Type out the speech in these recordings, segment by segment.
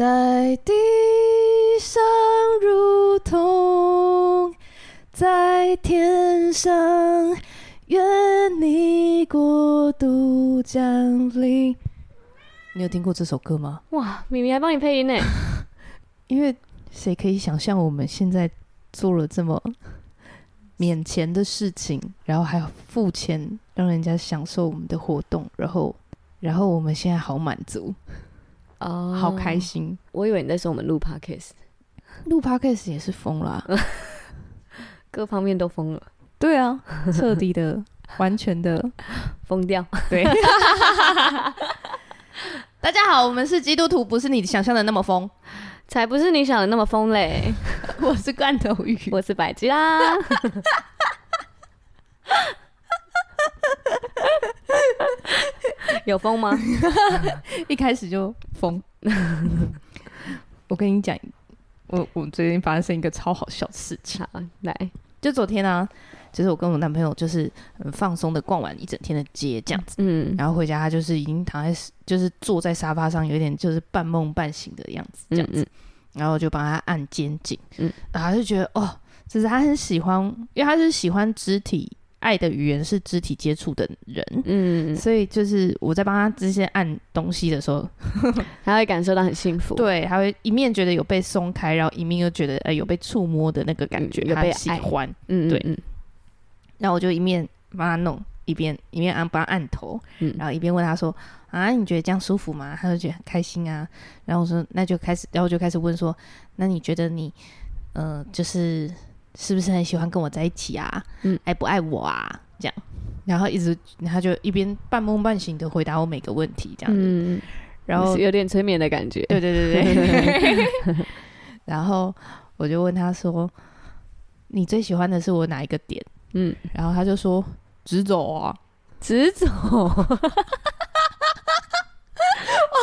在地上如同在天上，愿你国度降临。你有听过这首歌吗？哇，米米还帮你配音呢，因为谁可以想象我们现在做了这么免钱的事情，然后还要付钱让人家享受我们的活动，然后，然后我们现在好满足，哦好开。心。我以为你在说我们录 podcast，录 podcast 也是疯啊啦，各方面都疯了，对 啊，彻底的、完全 的，疯掉。对。 大家好，我们是基督徒，不是你想象的那么疯。 才不是你想的那么疯嘞！ 我是罐头鱼， 我是百吉 啦，有疯吗？一开始就疯。 我跟你讲，我我最近发生一个超好笑的事情，好，来，就昨天啊，就是我跟我男朋友就是很放松的逛完一整天的街这样子，嗯然后回家他就是已经躺在就是坐在沙发上，有点就是半梦半醒的样子这样子，嗯然后我就帮他按肩颈，嗯然后他就觉得哦，就是他很喜欢，因为他是喜欢肢体爱的语言是肢体接触的人。嗯，嗯所以就是我在帮他这些按东西的时候，他会感受到很幸福，对，他会一面觉得有被松开，然后一面又觉得呃有被触摸的那个感觉，嗯有他被喜爱欢。嗯，嗯对嗯然后我就一面帮他弄，一边一面按帮他按头，嗯然后一边问他说：“啊，你觉得这样舒服吗？”他就觉得很开心啊。然后我说：“那就开始。”然后我就开始问说：“那你觉得你，呃，就是是不是很喜欢跟我在一起啊？嗯爱不爱我啊？”这样，然后一直他就一边半梦半醒的回答我每个问题，这样子。嗯，然后是有点催眠的感觉，对对对对。 然后我就问他说：“你最喜欢的是我哪一个点嗯，？”然后他就说：“直走啊。直 走，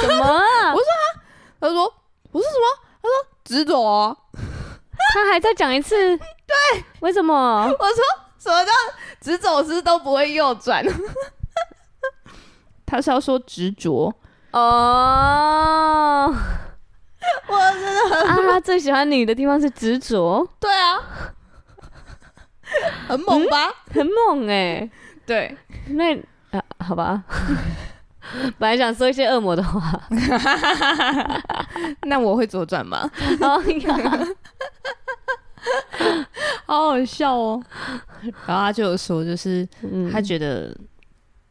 什么啊？”他就说：“不是什么？”他说：“直走啊。他还再讲一次，对，为什么”？我说：“什么叫直走是都不会右转？”他是要说执着，哦，我真的啊，他最喜欢你的地方是执着，对啊，很猛吧？很猛哎、嗯对，那啊，好吧，本来想说一些恶魔的话，那我会左转吗？哦呀好好笑哦。然后他就有说，就是嗯他觉得，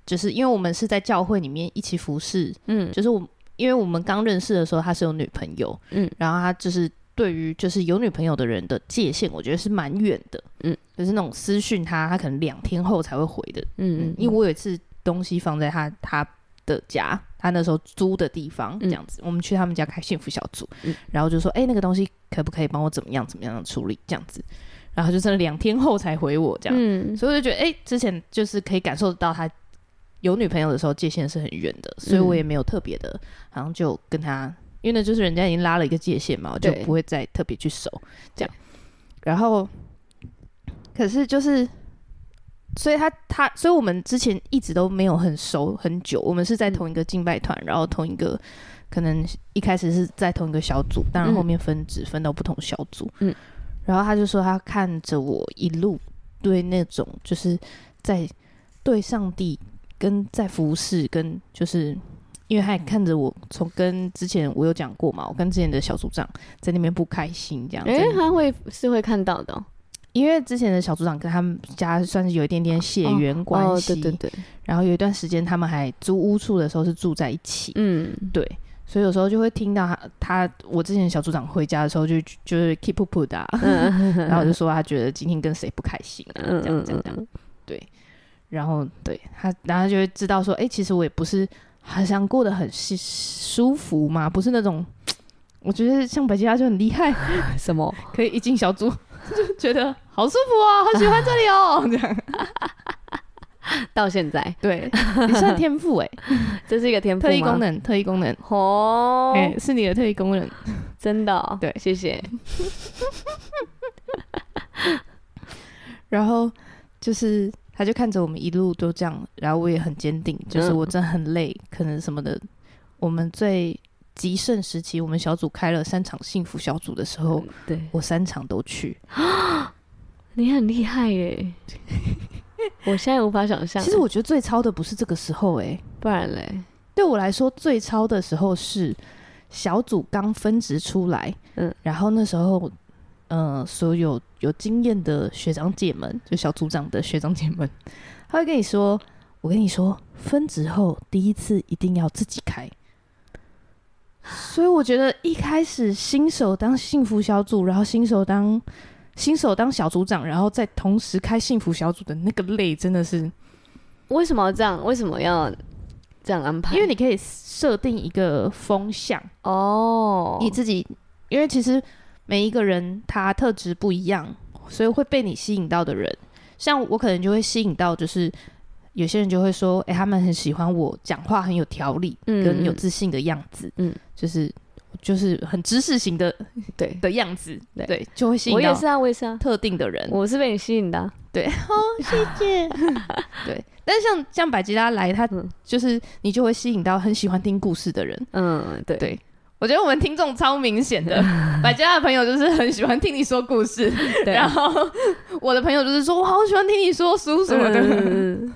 就是因为我们是在教会里面一起服侍，嗯就是我，因为我们刚认识的时候他是有女朋友，嗯，然后他就是对于就是有女朋友的人的界限，我觉得是蛮远的，嗯，就是那种私讯他，他可能两天后才会回的，嗯嗯，因为我有一次东西放在他他的家，他那时候租的地方这嗯样子，我们去他们家开幸福小组，嗯然后就说，哎、那个东西可不可以帮我怎么样怎么样处理这样子，然后他就真的两天后才回我这样，嗯所以我就觉得，哎、之前就是可以感受到他有女朋友的时候界限是很远的，所以我也没有特别的，好像就跟他，因为那就是人家已经拉了一个界限嘛，我就对不会再特别去守这样。然后，可是就是，所以他他，所以我们之前一直都没有很熟很久，我们是嗯在同一个敬拜团，然后同一个。可能一开始是在同一个小组，当然嗯后面分支分到不同小组。嗯，然后他就说他看着我一路对那种就是在对上帝跟在服侍跟就是。因为他也看着我，从跟之前我有讲过嘛，我跟之前的小组长在那边不开心这样子。哎、他会是会看到的哦、因为之前的小组长跟他们家算是有一点点血缘关哦，系，对对对，然后有一段时间他们还租屋处的时候是住在一起，嗯对，所以有时候就会听到他他我之前的小组长回家的时候就就是 keep up 的、啊，嗯 然后我就说他觉得今天跟谁不开心啊，嗯这样嗯这样这样。嗯，然后对他，然后他就会知道说，哎、其实我也不是很想过得很舒舒服嘛，不是那种，我觉得像百吉拉就很厉害， 嗯什么？可以一进小组 就觉得好舒服哦，好喜欢这里哦，这样。到现在对，你算天赋 哎、这是一个天赋特异功吗？能，特异功能，哦，哎、是你的特异功能。真的哦、对谢谢。然后就是他就看着我们一路都这样，然后我也很坚定，就是嗯我真的很累，可能什么的。我们最极盛时期，我们小组开了三场幸福小组的时候，对，我三场都去。你很厉害 耶！我现在无法想象。其实我觉得最超的不是这个时候、欸，不然嘞，对我来说最超的时候是小组刚分职出来，嗯嗯，然后那时候，呃，所有有经验的学长姐们，就小组长的学长姐们，他会跟你说：“我跟你说，分职后第一次一定要自己开。”所以我觉得一开始新手当幸福小组，然后新手当新手当小组长，然后再同时开幸福小组的那个累，真的是为什么要这样？为什么要这样安排？因为你可以设定一个风向。哦，你自己，因为其实呃每一个人他特质不一样，所以会被你吸引到的人，像我可能就会吸引到，就是有些人就会说，哎、他们很喜欢我讲话很有条理，嗯跟有自信的样子，嗯嗯，就是就是很知识型的对，的样子，对对，就会吸我引也到是啊，我也是啊，特定的人。我是被你吸引的啊、谢谢。 对，但是像像百吉拉来，他嗯就是你就会吸引到很喜欢听故事的人，嗯，对，对我觉得我们听众超明显 的，百家的朋友就是很喜欢听你说故事，对啊然后我的朋友就是说我好喜欢听你说书什么的。 嗯，嗯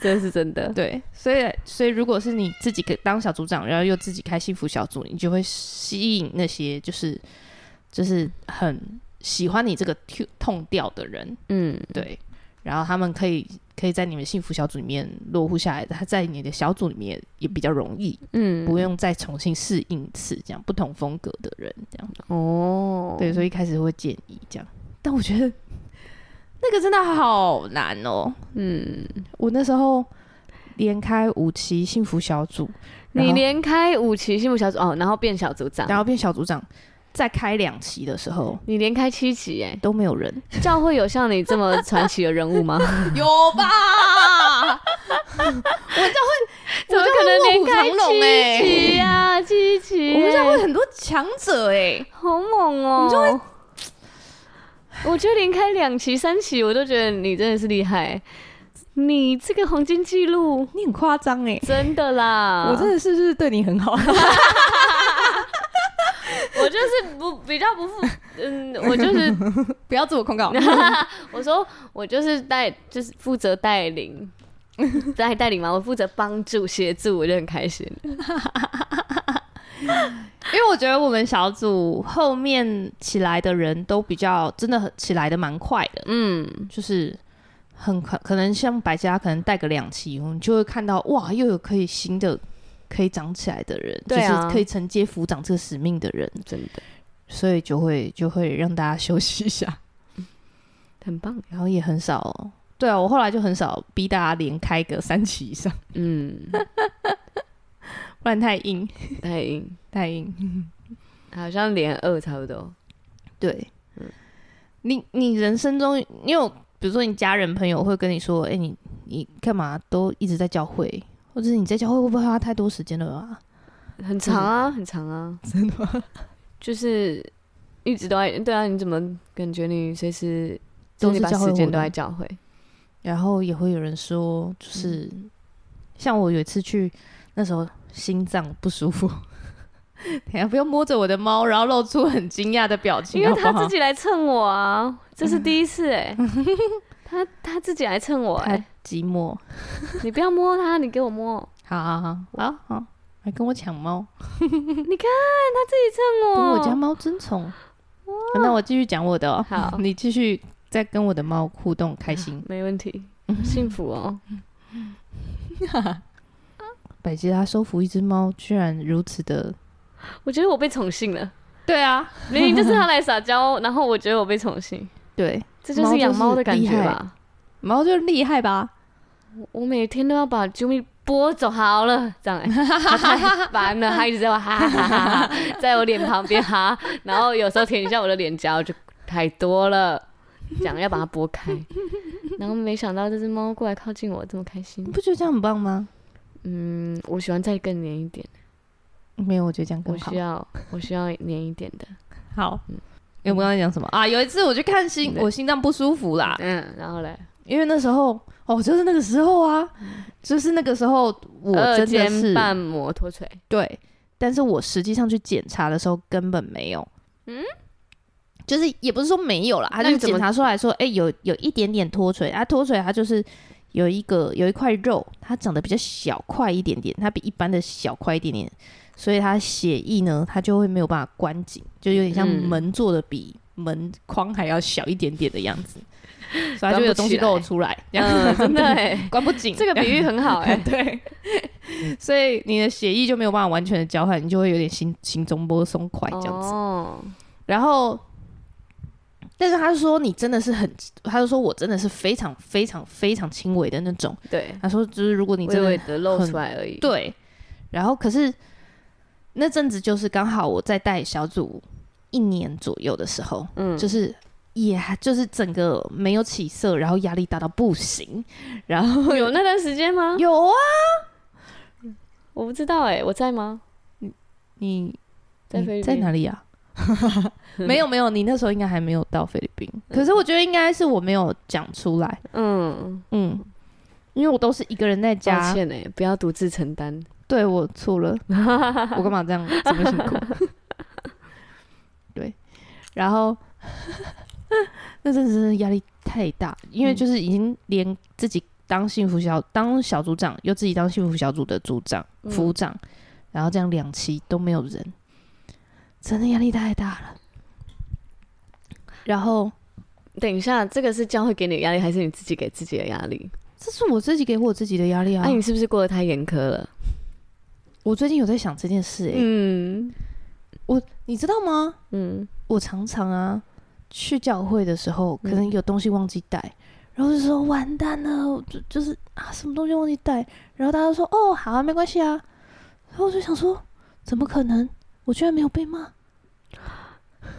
这是真的。对，所以所以如果是你自己给当小组长，然后又自己开幸福小组，你就会吸引那些就是就是很喜欢你这个 tu- 痛调的人，嗯，对，然后他们可以可以在你们幸福小组里面落户下来，他在你的小组里面也比较容易，嗯，不用再重新适应一次这样不同风格的人这样。哦，对，所以一开始会建议这样，但我觉得那个真的好难哦。嗯，我那时候连开五期幸福小组，然你后连开五期幸福小组哦，然后变小组长，然后变小组长，再开两期的时候你连开七期哎，都没有人， 教会有像你这么传奇的人物 吗？有吧？ 怎么可能连开七期啊？七哎 期、我们教会很多强者哎、好猛哦、我觉得连开两期、三期，我都觉得你真的是厉害，你这个黄金记录你很夸张哎，真的啦！我真的是不是对你很好？ 我就是不比较不负，嗯，我就是不要自我控告我说我就是带，就是负责带领，带带领嘛，我负责帮助协助，我就很开心。 因为我觉得我们小组后面起来的人都比较真的很起来的蛮快的，嗯，就是很可可能像百家，可能带个两期，我们就会看到哇，又有可以新的可以长起来的人，对啊就是可以承接辅长这个使命的人，真的所以就会就会让大家休息一下，很棒。然后也很少。对啊，我后来就很少逼大家连开个三期以上，嗯，不然太硬太硬，太硬。好像连二差不多。对，嗯你你人生中，你有比如说你家人朋友会跟你说，哎、你你干嘛都一直在教会，或者是你在教会会不会花太多时间了啊？很长啊，很长啊，真的吗？就是一直都在，对啊，你怎么感觉你随时都就是你把教会时间活都动在 教会？然后也会有人说，就是、嗯像我有一次去，那时候心脏不舒服。 等一下不要摸着我的猫，然后露出很惊讶的表情，因为好他不好自己来蹭我啊，这是第一次 哎、他他自己来蹭我哎、寂寞。你不要摸他，你给我摸，好好好好好，还跟我抢 猫，蹭跟我，我家猫争宠。啊那我继续讲我的、哦，好 你继续再跟我的猫互动，开心。没问题，幸福哦，百吉拉收服一只猫，居然如此的，我觉得我被宠幸了，对啊，明明就是他来撒娇，然后我觉得我被宠幸，对，这就是养猫的感觉猫就是厉吧？猫就厉害吧？我我每天都要把 Jimmy 拨走好了，这 样、欸，他太烦了，他一直在我哈哈哈哈，在我脸旁边哈，然后有时候舔一下我的脸颊，我就太多了，讲要把它 拨开，然后没想到这只猫过来靠近我，这么开心你。不觉得这样很棒吗？嗯，我喜欢再更黏一点，没有，我觉得这样我更好嗯需。要我需要黏一点 的，好，因为我们刚才讲什么啊？有一次我去看心，对我心脏不舒服啦，嗯，然后嘞，因为那时候哦，就是那个嗯时候啊，就是那个时候我二真的尖是 瓣膜脱垂，对，但是我实际上去检查的时候根本没有，嗯，就是也不是说没有啦，他就那你怎么检查出来说，哎、有有一点点脱垂，啊，脱垂它就是有一个有一块肉，它长得比较小块一点点，它比一般的小块一点点，所以它血液呢，它就会没有办法关紧，就有点像嗯门做的比门框还要小一点点的样 子，所以它关就不有东西起来露出来，这样嗯，真的哎，关不紧，，这个比喻很好哎 对，嗯所以你的血液就没有办法完全的交换，你就会有点心心中波松快这样子。哦，然后，但是他说你真的是很，他就说我真的是非常非常非常轻微的那种。对，他说就是如果你微真的微的露出来而已。对，然后可是那阵子就是刚好我在带小组一年左右的时候，嗯，就是。也还就是整个没有起色，然后压力大到不行，然后？有那段时间吗有啊，我不知道哎，我在吗？你在你菲律在宾哪里 啊？没有没有，你那时候应该还没有到菲律宾。可是我觉得应该是我没有讲出来，嗯，嗯，因为我都是一个人在抱家。歉哎，不要独自承担。对我错 了，我干嘛这样这么辛苦？对，然后那阵子真的压力太大，因嗯为就是已经连自己当幸福小当小组长，又自己当幸福小组的组长、嗯服务长，然后这样两期都没有人，真的压力太大了。然后等一下，这个是教会给你的压力，还是你自己给自己的压力？这是我自己给我自己的压力那、啊！哎你是不是过得太严苛了？我最近有在想这件事、欸，嗯你知道吗？嗯，我常常啊去教会的时候，可能有东西忘记带，然后就说完蛋了，我就就是啊什么东西忘记带，然后大家都说哦好啊没关系啊，然后我就想说怎么可能？我居然没有被骂，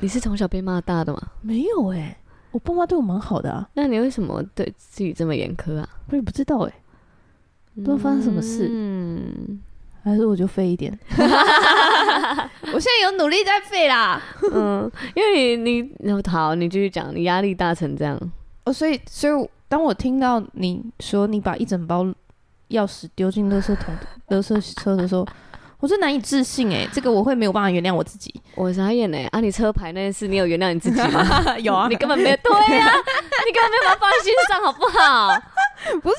你是从小被骂大的吗？没有哎、我爸妈对我蛮好的啊，那你为什么对自己这么严苛啊？我也不知道哎、不知道发生什么事，嗯还是我就废一 点。我现在有努力在废啦，嗯， 因为你你好，你继续讲，你压力大成这样，哦，所以所以当我听到你说你把一整包钥匙丢进垃圾桶、垃圾车的时候，我真难以置信哎、这个我会没有办法原谅我自己。我傻眼呢、啊，你车牌那件事，你有原谅你自己 吗？有啊你根本 没有对啊，你根本没有把它放在心上，好不好？没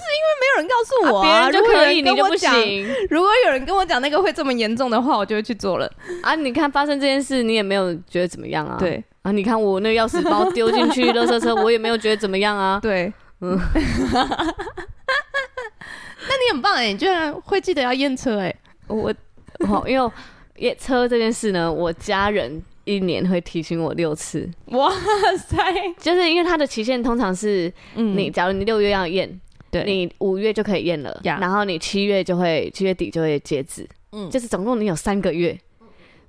有人告诉我、啊啊别、人就如果有可以，跟你就我不讲。行如果有人跟我讲那个会这么严重的话，我就会去做了。啊！你看发生这件事，你也没有觉得怎么样啊？对啊，你看我那个钥匙包丢进 去垃圾车，我也没有觉得怎么样啊。对，嗯嗯。 那你很棒哎、你居然会记得要验车 哎、我我因为也车这件事呢，我家人一年会提醒我六次，哇塞！就是因为它的期限通常是嗯你，假如你六月要验，对你五月就可以验了，呀然后你七月就会七月底就会截止，嗯就是总共你有三个月。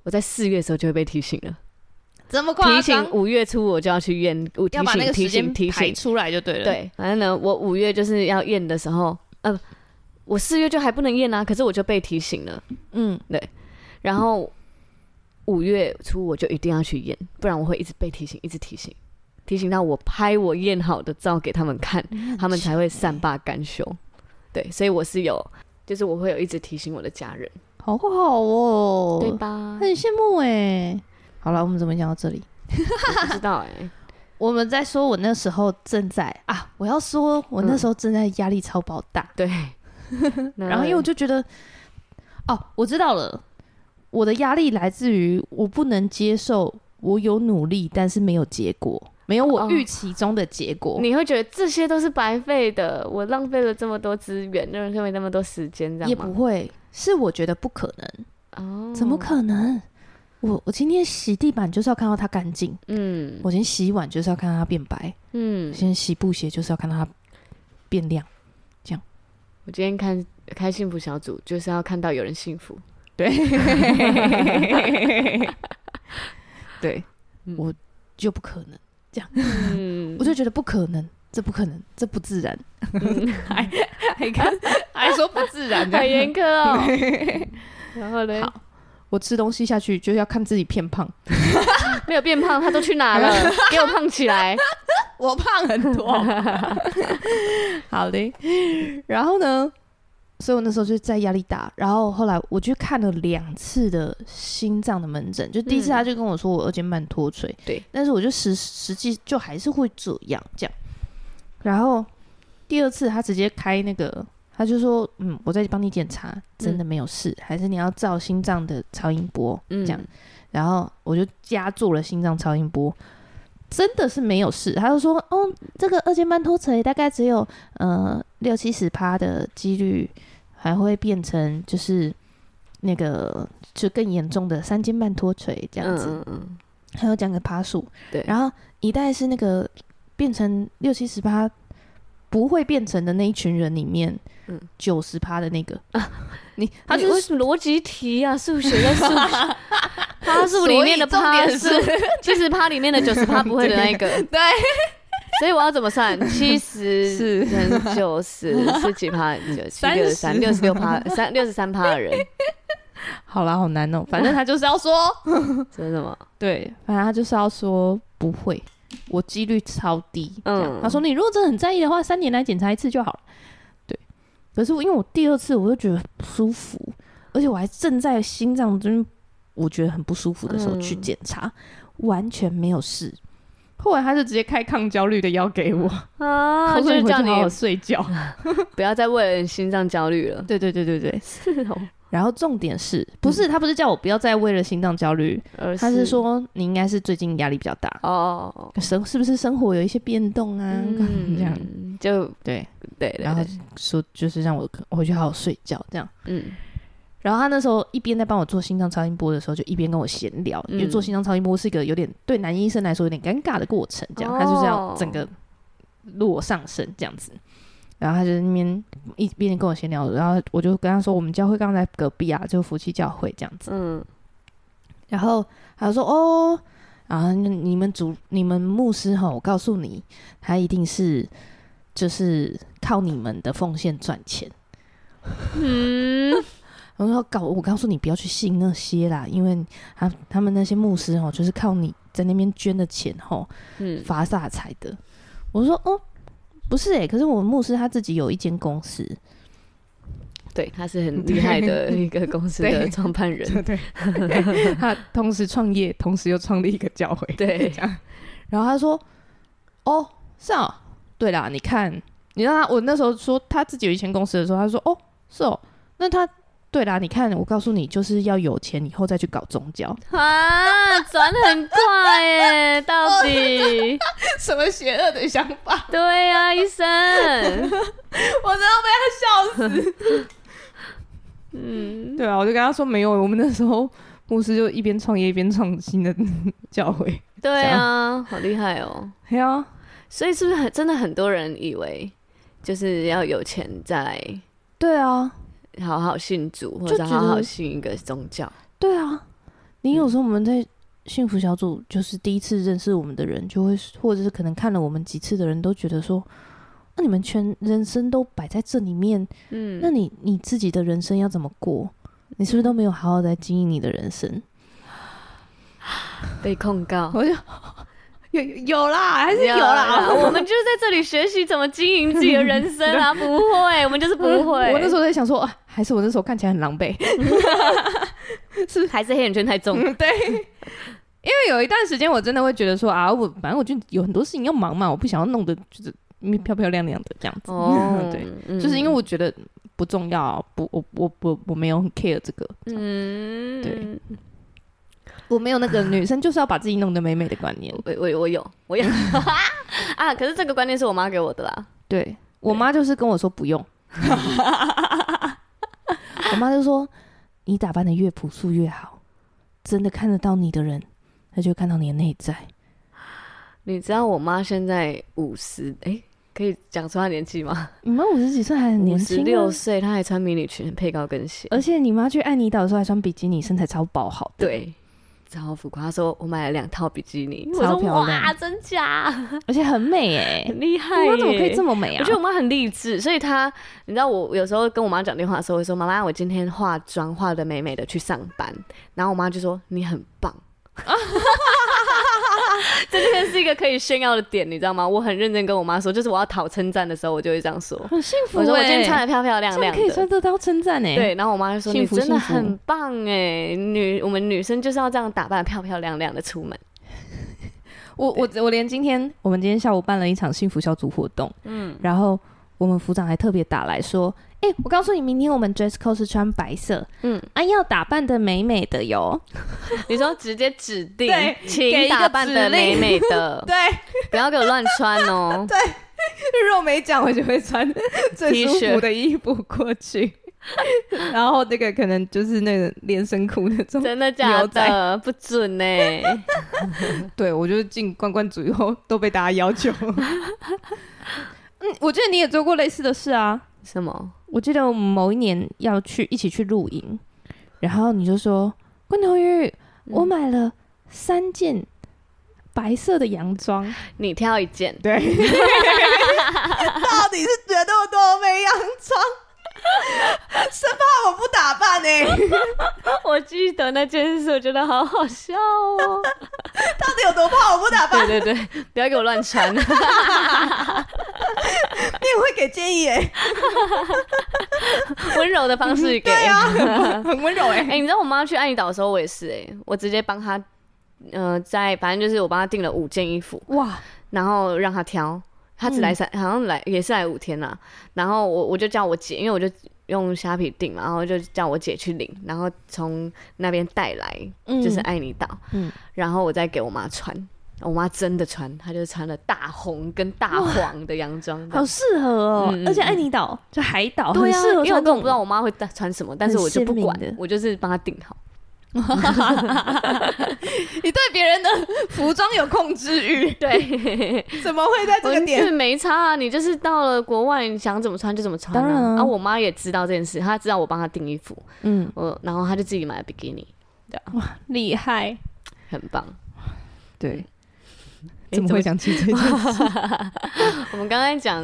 我在四月的时候就会被提醒了，这么提夸醒张，五月初我就要去验，我提要把那醒个提时醒间提排醒，出来就对了。，对，反正呢，我五月就是要验的时候，呃，不我四月就还不能验啊，可是我就被提醒了，嗯，然后五月初我就一定要去验，不然我会一直被提醒，一直提醒，提醒到我拍我验好的照给他们看，嗯嗯他们才会善罢甘休。对，所以我是有，就是我会有一直提醒我的家人，好好哦，对吧？很羡慕哎、好了，我们怎么讲到这里？我不知道哎、我们在说，我那时候正在啊，我要说，我那时候正在压力超爆大， 对。然后因为我就觉得，哦，我知道了，我的压力来自于我不能接受我有努力，但是没有结果，没有我哦预期中的结果。你会觉得这些都是白费的，我浪费了这么多资源，浪费了那么多时间，这也样不吗？会，是我觉得不可能，嗯哦，怎么？可能？我我今天洗地板就是要看到它干净，嗯我今天洗碗就是要看到它变白，嗯我，今天洗布鞋就是要看到它变 亮。我今天看开幸福小组，就是要看到有人幸福。对，对，嗯我就不可能，嗯我，就觉得不可能，这不可能，这不自然，嗯 还还看还说不自然 好严苛 哦。然后呢？好我吃东西下去就要看自己变胖，没有变胖，他都去哪 了？给我胖起来！我胖很多。好的，然后呢，所以我那时候就在压力大，然后后来我去看了两次的心脏的门诊，就第一次嗯他就跟我说我二尖瓣脱垂，对，但是我就实实际就还是会这样这样，然后第二次他直接开那个，他就说嗯，我再帮你检查，真的没有事，还是你要照心脏的超音波，嗯，这样然后我就加做了心脏超音波，真的是没有事。他就说，哦，这个二尖瓣脱垂大概只有呃六七十趴的几率，还会变成就是那个就更严重的三尖瓣脱垂这样子。嗯嗯还有讲个趴数，对然后一代是那个变成六七十趴不会变成的那一群人里面嗯，九十趴的那个，你他他就为是什么逻辑题啊？数学在数学 趴数里面的所以重趴点数，就是趴里面的九十趴不会的那一个。 对，所以我要怎么算？七十是乘九十是几趴？九七六十三30六十六趴，三六十三趴的人，好啦，好难哦、反正他就是要说。这是什么？对，反正他就是要说不会，我几率超低。嗯嗯，他说你如果真的很在意的话，三年来检查一次就好了。对，可是我因为我第二次我就觉得不舒服，而且我还正在心脏这边我觉得很不舒服的时候嗯去检查，完全没有事。后来他就直接开抗焦虑的药给我，啊， 他 就说是回叫去你好好睡觉。 不要再为了心脏焦虑了。 对对对对对。是哦，然后重点是不嗯是他不是叫我不要再为了心脏焦虑，而他是说你应该是最近压力比较大，哦，哦生是不是生活有一些变动啊？ 这样嗯，就对，对对，然后对说就是让我回去好好睡觉这样。嗯然后他那时候一边在帮我做心脏超音波的时候，就一边跟我闲聊，嗯因为做心脏超音波是一个有点对男医生来说有点尴尬的过程，这样、哦他就是要整个落上身这样子。然后他就在那边一边跟我闲聊，然后我就跟他说，我们教会刚在隔壁啊，就夫妻教会这样子。嗯，然后他就说哦，啊，那你们主你们牧师哈，我告诉你，他一定是就是靠你们的奉献赚钱。嗯，然后告 我告诉你不要去信那些啦，因为他他们那些牧师哦，就是靠你在那边捐的钱哦嗯发大财的。我说哦，不是诶、欸可是我牧师他自己有一间公司，对，他是很厉害的一个公司的 对创办人，对， 他同时创业，同时又创立一个教会，对，然后他说：“哦，是啊、对啦，你看，你让他我那时候说他自己有一间公司的时候，他说：哦，是哦，那他对啦，你看，我告诉你，就是要有钱以后再去搞宗教， 啊，转很快耶，到 底， 什么邪恶的想法，对啊，医生，我真的被他笑死。嗯，对啊，我就跟他说没有，我们那时候牧师就一边创业一边创新的教会，对啊，好厉害哦， 对啊，所以是不是很真的很多人以为就是要有钱再来对啊，好好信主，或就者觉得好好信一个宗教，对啊，你有时候我们在幸福小组，就是第一次认识我们的人，就会或者是可能看了我们几次的人都觉得说，那、你们全人生都摆在这里面，嗯，那你你自己的人生要怎么过？你是不是都没有好好在经营你的人生？被控告。我就 有有啦，还 有啦， 我们就是在这里学习怎么经营自己的人生 啊！不会， 我们就是不会。 我那时候在想说，啊，还是我那时候看起来很狼狈， 还是黑眼圈太 重，嗯，对。因为有一段时间，我真的会觉得说啊，我反正我就有很多事情要忙嘛，我不想要弄得就是漂漂亮亮的这样子。，哦对，嗯就是因为我觉得不重要，啊不，我我我我没有很 care 这个，嗯，对我没有那个女生就是要把自己弄得美美的观念。我我我有 我有啊！可是这个观念是我妈给我的啦，对我妈就是跟我说不 用， 我妈就说你打扮的越朴素越好，真的看得到你的人，他就会看到你的内在。你知道我妈现在五十，哎，可以讲出她年纪吗？你们五十几岁还很五年十轻、啊六，岁，她还穿迷你裙配高跟鞋，而且你妈去爱尼岛的时候还穿比基尼，身材超爆好的。对。超浮夸，她说我买了两套比基尼，我超说漂亮哇，真假，而且很美哎、 很厉害你妈怎么可以耶这么美我啊觉？得我妈很励志，所以她，你知道我有时候跟我妈讲电话的时候，我会说：“妈妈，我今天化妆化的美美的去上班。”然后我妈就说：“你很棒。” 这件事是一个可以炫耀的点，你知道吗？我很认真跟我妈说，就是我要讨称赞的时候，我就会这样说。很幸福我说我哎、今天穿的漂漂亮这样亮可以的算，得到称赞哎。对，然后我妈就说幸你福真的幸福很棒哎，女我们女生就是要这样打扮得漂漂亮亮的出 门。我我我连今天我们今天下午办了一场幸福小组活动，嗯，然后我们副长还特别打来说，哎、我告诉你，明天我们 dress code 是穿白色，嗯嗯，啊，要打扮的美美的哟，你说直接指定对，给请一个打扮指的美令美的， 对，不要给我乱穿哦。 若没讲，我就会穿 最 T 舒恤服的衣服过去， 然后那个可能就是那个连身裤那 种，真的假牛仔的？不准呢、对我就是进关关组以后都被大家要求， 嗯，我记得你也做过类似的事啊， 什么？我记得我们某一年要去一起去露营，然后你就说关头鱼，嗯我买了三件白色的洋装， 你挑一件， 对，到底是觉得我多没洋装，生怕我不打扮欸呢、 我记得那件事，我觉得好好笑哦。到底有多怕我不打扮？ 对对对，不要给我乱 穿。你也会给建议哎、温柔的方式给。对啊，很温柔哎、哎、你知道我妈去爱尼岛的时候，我也是哎、我直接帮她，呃，在反正就是我帮她订了五件衣服，哇，然后让她挑。她只来三，好像来也是来五天啦、啊然后我我就叫我姐，因为我就用虾皮订嘛，然后就叫我姐去领，然后从那边带来，嗯就是爱尼岛。嗯然后我再给我妈穿，我妈真的穿，她就穿了大红跟大黄的洋装。好适合哦，嗯嗯而且爱尼岛就海岛，对很啊，适合因为穿我这根本种不知道我妈会带穿什么，但是我就不管很鲜明的，我就是帮她订 好。你对别 人的服装有控制欲， 对，怎么会在这个点？是没差啊，你就是到了国外，你想怎么穿就怎么穿、啊。当然啊啊，我妈也知道这件事，她知道我帮她订衣服，嗯，我然后她就自己买了比基尼，厉害，很棒。对，诶怎么想起这件事？我们刚刚讲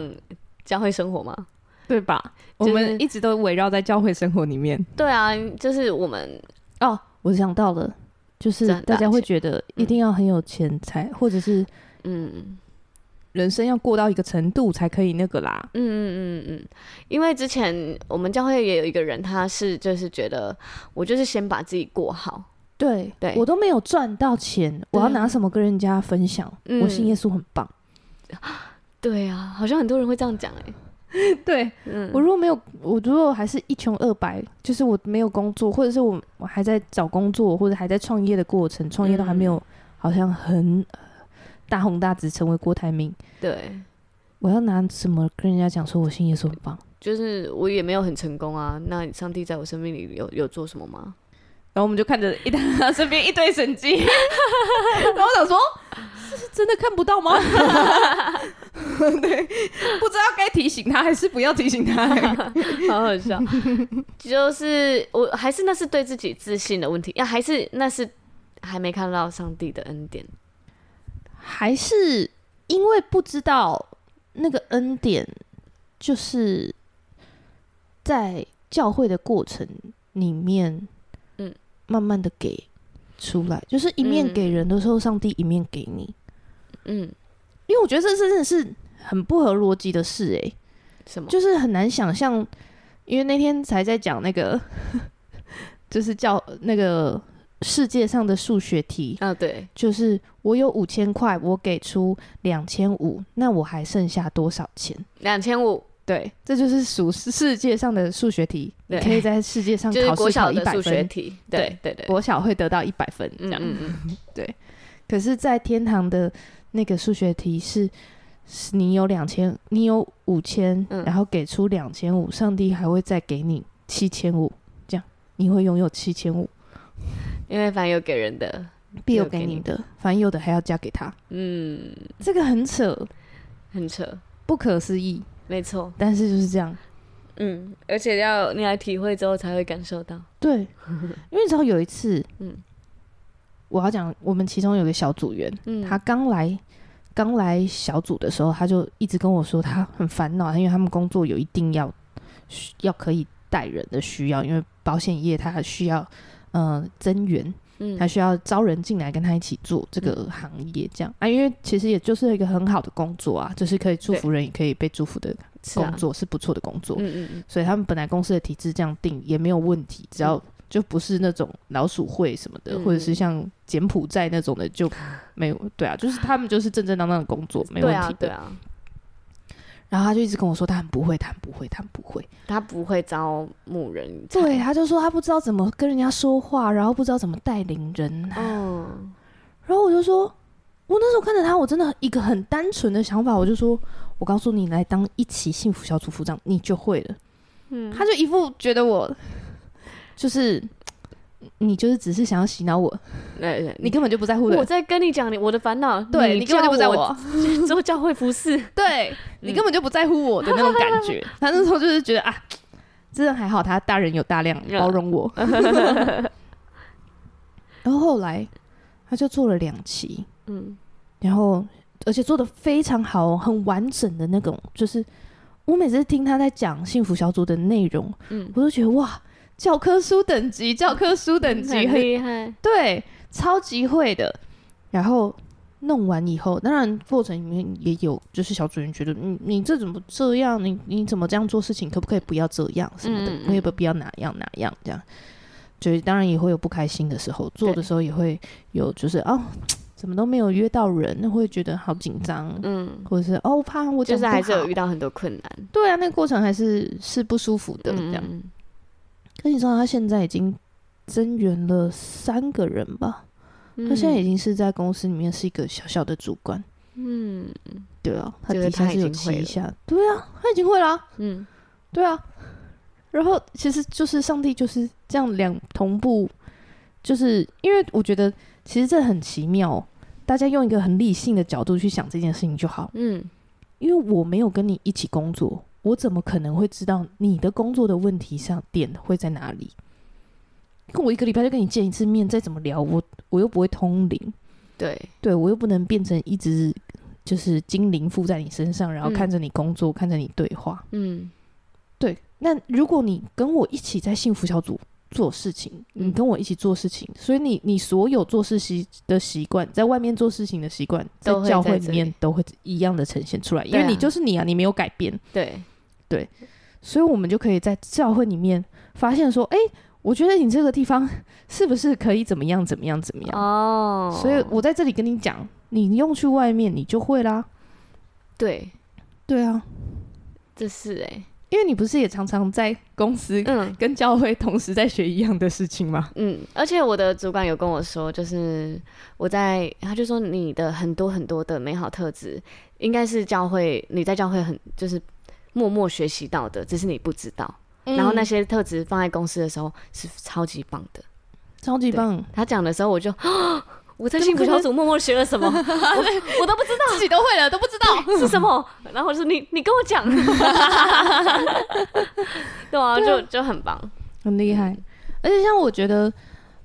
教会生活嘛， 对吧？我就是们一直都围绕在教会生活里面。对啊，就是我们哦，我想到了，就是赚大大嗯家会钱觉得一定要很有钱才，或者是嗯人生要过到一个程度才可以那个啦嗯。嗯嗯嗯，因为之前我们教会也有一个人，他是就是觉得我就是先把自己过好，对，对我都没有赚到钱，我要拿什么跟人家分享？我信嗯耶稣很 棒。对啊，好像很多人会这样讲哎、对嗯我如果没有，我如果还是一穷二白，就是我没有工作，或者是我我还在找工作，或者还在创业的过程，创业都还没嗯有，好像很呃大红大紫成为郭台铭，对，我要拿什么跟人家讲说我信耶稣很棒？就是我也没有很成功啊，那上帝在我生命里有有做什么吗？然后我们就看着一他 身边一堆神 迹，然后我想说，这是真的看不到吗？ 对，不知道该提醒他还是不要提醒他。好好笑，就是我还是那是对自己自信的问题，呀、啊还是那是还没看到上帝的恩典。还是因为不知道那个恩典，就是在教会的过程里面，嗯嗯，慢慢的给出来，就是一面嗯给人的时候，上帝一面给你。嗯，因为我觉得这真的是很不合逻辑的事、欸，什么？就是很难想象，因为那天才在讲那个， 就是叫那个世界上的数学题，啊，对，就是我有五千块，我给出两千五，那我还剩下多少钱？两千五，对，这就是数世界上的数学题，你对可以在世界上就是考国试考小一的百数学分，题。对对对，国小会得到一百分这嗯样。嗯嗯，可是，在天堂的那个数学题是，是你有两千，你有五千、嗯然后给出两千五，上帝还会再给你七千五，这样你会拥有七千五，因为凡有给人的，必有有给给你你的，反正有的还要加给他，嗯，这个很扯，很扯，不可思议，没错，但是就是这样。嗯，而且要你来体会之后才会感受到。对， 因为你知道有一次，嗯嗯，我要讲我们其中有个小组员，嗯，他刚来刚来小组的时候，他就一直跟我说他很烦恼，因为他们工作有一定要需要可以带人的需要，因为保险业它需要嗯、呃增援，嗯他需要招人进来跟他一起做这个行业，这样啊，因为其实也就是一个很好的工作啊，就是可以祝福人，也可以被祝福的是工啊，作，是不错的工作。嗯嗯嗯，所以他们本来公司的体制这样定也没有问题，只要就不是那种老鼠会什么的，嗯或者是像柬埔寨那种的就没有。对啊，就是他们就是正正当当的工作，没对问啊题对的。啊，然后他就一直跟我说他很不会，他很不会，他很不会。他不会招募人才，对，他就说他不知道怎么跟人家说话，然后不知道怎么带领人啊、嗯，然后我就说，我那时候看着他，我真的一个很单纯的想法，我就说，我告诉你，来当一起幸福小组组长，你就会了。嗯，他就一副觉得我就是你就是只是想要洗脑我，那你根本就不在乎我的，在跟你讲你我的烦恼，对你根本就不在叫乎我我， 做教会服饰，对你根本就不在乎我的那种感觉。嗯 他那时候就是觉得啊，真的还好，他大人有大量包容 我。然后后来他就做了两期，嗯，然后而且做的非常好哦，很完整的那种，就是我每次听他在讲幸福小组的内容，嗯我都觉得哇，教科书等级，教科书等级，很很厉害，对，超级会的。然后弄完以后，当然过程里面也有，就是小主人觉得你你这怎么这样，你你怎么这样做事情，可不可以不要这样什么的，嗯嗯嗯可以不不要哪样哪样这样。就是当然也会有不开心的时候，做的时候也会有，就是哦，怎么都没有约到人，那会觉得好紧张，嗯，或者是哦怕我讲就是还不是好有遇到很多困难，对啊，那个过程还是是不舒服的这样。嗯，可你知道他现在已经增援了三个人吧？嗯他现在已经是在公司里面是一个小小的主管，嗯对啊，他就是底他下已是有经会旗了下，对啊，他已经会了啊，嗯对啊。然后其实就是上帝就是这样两同步，就是因为我觉得其实这很奇妙，哦大家用一个很理性的角度去想这件事情就好。嗯，因为我没有跟你一起工作，我怎么可能会知道你的工作的问题上点会在哪里？跟我一个礼拜就跟你见一次面，再怎么聊，我我又不会通灵。对，对我又不能变成一只就是精灵附在你身上，然后看着你工作，看着你对话。嗯对，那如果你跟我一起在幸福小组做事情，嗯你跟我一起做事情，所以你你所有做事习的习惯，在外面做事情的习惯，在都会教在会这里面里都会一样的呈现出来，因对为啊你就是你啊，你没有改变，嗯对，所以我们就可以在教会里面发现说，哎、我觉得你这个地方 是不是可以怎么样怎么样怎么样？哦，所以我在这里跟你讲，你用去外面你就会啦。对，对啊，这是哎，因为你不是也常常在公司嗯跟教会同时在学一样的事情吗？嗯，而且我的主管有跟我说，就是我在，他就说你的很多很多的美好特质，应该是教会你在教会很就是默默学习到的，只是你不知道。嗯然后那些特质放在公司的时候是超级棒的。超级棒，他讲的时候，我就 我在幸福小组默默学了什么， 我我都不知自己都会了都不知道。 道是什么。然后我说你你跟我 讲，对啊，就就很棒。 很厉害。而且像我觉得，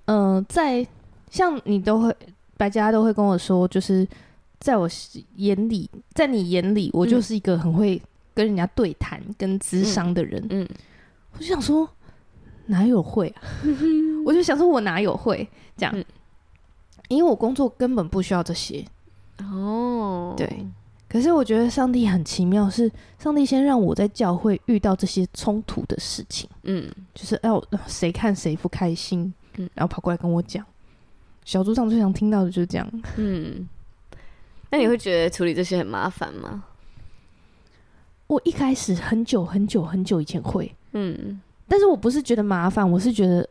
嗯、在像你都会，白家都会跟我说，就是在我眼里，在你眼里，我就是一个很会跟人家对谈、跟咨商的人。嗯，我就想说，哪有会 啊？我就想说，我哪有会这样？嗯因为我工作根本不需要这些。哦，对，可是我觉得上帝很奇妙，是上帝先让我在教会遇到这些冲突的事情，嗯就是哎，我谁看谁不开心，嗯然后跑过来跟我讲。小组长最想听到的就是这样，嗯。那你会觉得处理这些很麻烦吗？我一开始很久很久很久以前会，嗯，但是我不是觉得麻烦，我是觉得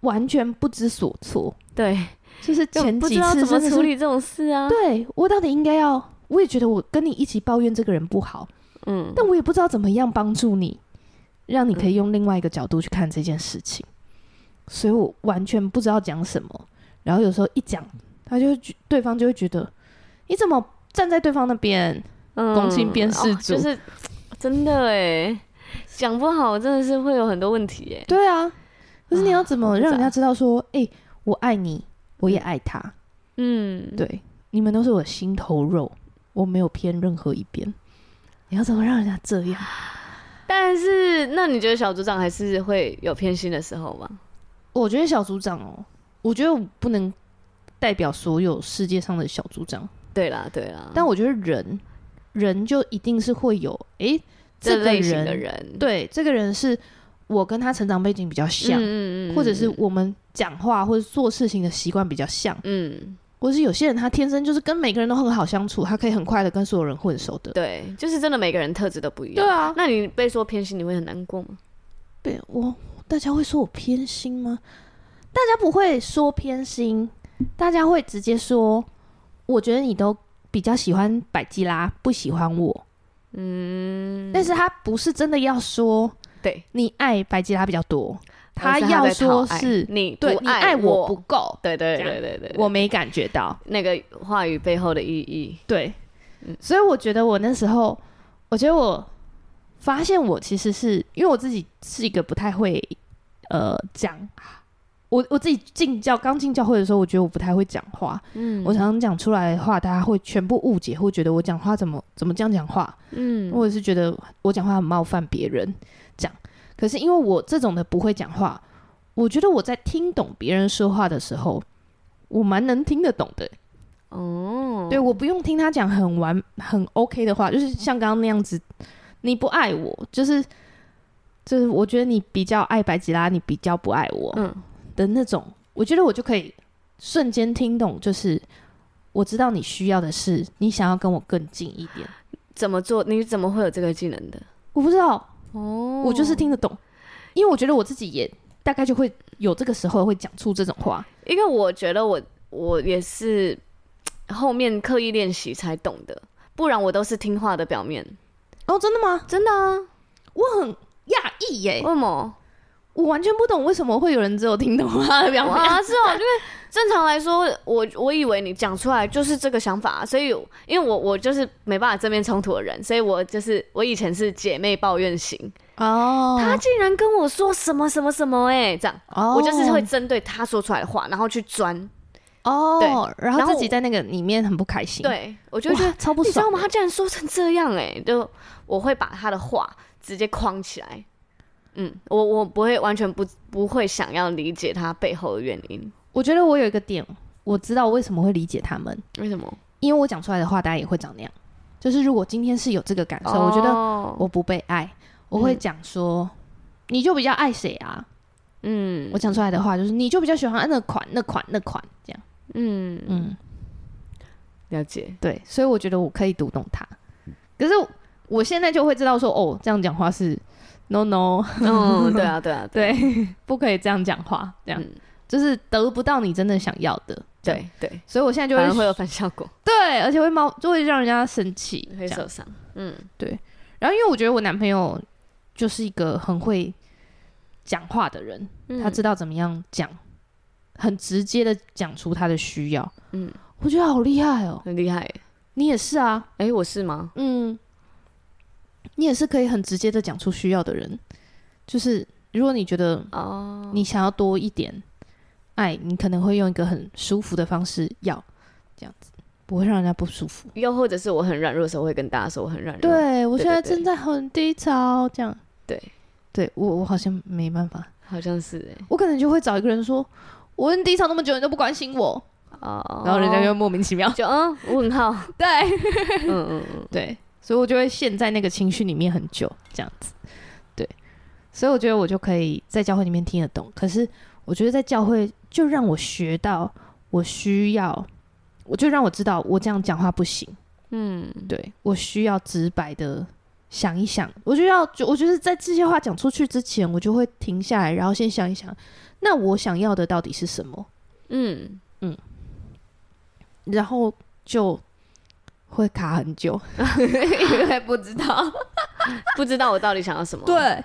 完全不知所措，对，就是前不几知道次怎么真的处是，理这种事啊。对我到底应该要，我也觉得我跟你一起抱怨这个人不好，嗯，但我也不知道怎么样帮助你，让你可以用另外一个角度去看这件事情，所以我完全不知道讲什么。然后有时候一讲，他就会觉对方就会觉得你怎么站在对方那边？嗯公亲辨识哦组就是真的哎，讲不好真的是会有很多问题哎。对啊，可是你要啊怎我么不让知人家道知道说，哎、我爱你，我也爱他，嗯，对，你们都是我心头肉，我没有偏任何一边。你要怎么让人家这样？但是，那你觉得小组长还是会有偏心的时候吗？我觉得小组长哦，我觉得我不能代表所有世界上的小组长，对啦，对啦，但我觉得人，人就一定是会有，诶，这个类型人，的人，对，这个人是我跟他成长背景比较像，嗯或者是我们讲话或者做事情的习惯比较像，嗯，或是有些人他天生就是跟每个人都很好相处，他可以很快的跟所有人混熟的。对，就是真的每个人特质都不一样。啊，那你被说偏心，你会很难过吗？对我大家会说我偏心吗？大家不会说偏心，大家会直接说，我觉得你都比较喜欢百吉拉，不喜欢我。嗯，但是他不是真的要说对，你爱百吉拉比较多，而是要在讨说爱是你对不你爱我我不，够，对对这对样对对，我没感觉到。那个话语背后的意义，对，所以我觉得我那时候，我觉得我发现我其实是因为我自己是一个不太会呃讲，我我自己进教刚进教会的时候，我觉得我不太会讲话，嗯我常常讲出来的话，大家会全部误解，会觉得我讲话怎么怎么这样讲话，嗯或者是觉得我讲话很冒犯别人这样。可是因为我这种的不会讲话，我觉得我在听懂别人说话的时候，我蛮能听得懂的。哦，对，我不用听他讲很完很 OK 的话，就是像刚刚那样子，你不爱我，就是就是我觉得你比较爱白吉拉，你比较不爱我嗯的那种，我觉得我就可以瞬间听懂，就是我知道你需要的是你想要跟我更近一点。怎么做？你怎么会有这个技能的？我不知道，哦我就是听得懂，因为我觉得我自己也大概就会有这个时候会讲出这种话。因为我觉得我我也是后面刻意练习才懂的，不然我都是听话的表面。哦，真的吗？真的啊？我很讶异耶为，什 么？我完全不懂为什么会有人只有听懂他的表面。哇，是 哦，因为正常来说，我我以为你讲出来就是这个想法，啊所以因为我我就是没办法正面冲突的人，所以我就是我以前是姐妹抱怨型，哦，她竟然跟我说什么什么什么、欸，哎，这样。哦，我就是会针对她说出来的话，然后去钻。哦，然然后后自己在那个里面很不开心，，对，我就就会觉觉得欸得超不你知道爽吗？他竟然说成这样、欸，哎，就我会把他的话直接框起来。嗯，我我不会完全不不会想要理解他背后的原因，我觉得我有一个点，我知道为什么会理解他们，为什么？因为我讲出来的话，大家也会长那样。就是如果今天是有这个感受，我觉得得我不被爱，我会讲说，你就比较爱谁啊？嗯我讲出来的话就是，你就比较喜欢那款、那款、那款这样。嗯嗯，了 解，对，所以我觉得我可以读懂他。可是我现在就会知道说，哦，这样讲话是 no no，嗯，对啊对啊对对，不可以这样讲话，这样、嗯就是得不到你真正想要的。对对，所以我现在就反而会会有反效果，对，而且会冒，就会让人家生气这会样。受伤。嗯然后因为我觉得我男朋友就是一个很会讲话的人，嗯，他知道怎么样讲，很直接的讲出他的需要。嗯，我觉得好厉害哦！很厉害欸。你也是啊，哎，我是吗？嗯，你也是可以很直接的讲出需要的人。就是如果你觉得哦，你想要多一点爱，你可能会用一个很舒服的方式要这样子，不会让人家不舒服。又或者是我很软弱的时候，会跟大家说我很软弱。对我对现在对正在很低潮，这样。对，对我我好像没办法，好像是哎。我可能就会找一个人说，我很低潮那么久，你都不关心我，哦，然后人家就莫名其妙。就嗯问号，对 嗯嗯嗯，对，所以我就会陷在那个情绪里面很久，这样子。对，所以我觉得我就可以在教会里面听得懂，可是我觉得在教会就让我学到我需要，我就让我知道我这样讲话不行。嗯，对我需要直白的想一想，我就要，就我觉得在这些话讲出去之前，我就会停下来，然后先想一想，那我想要的到底是什么，嗯，然后就会卡很久，因为不知道。 不知道我到底想要什么。，对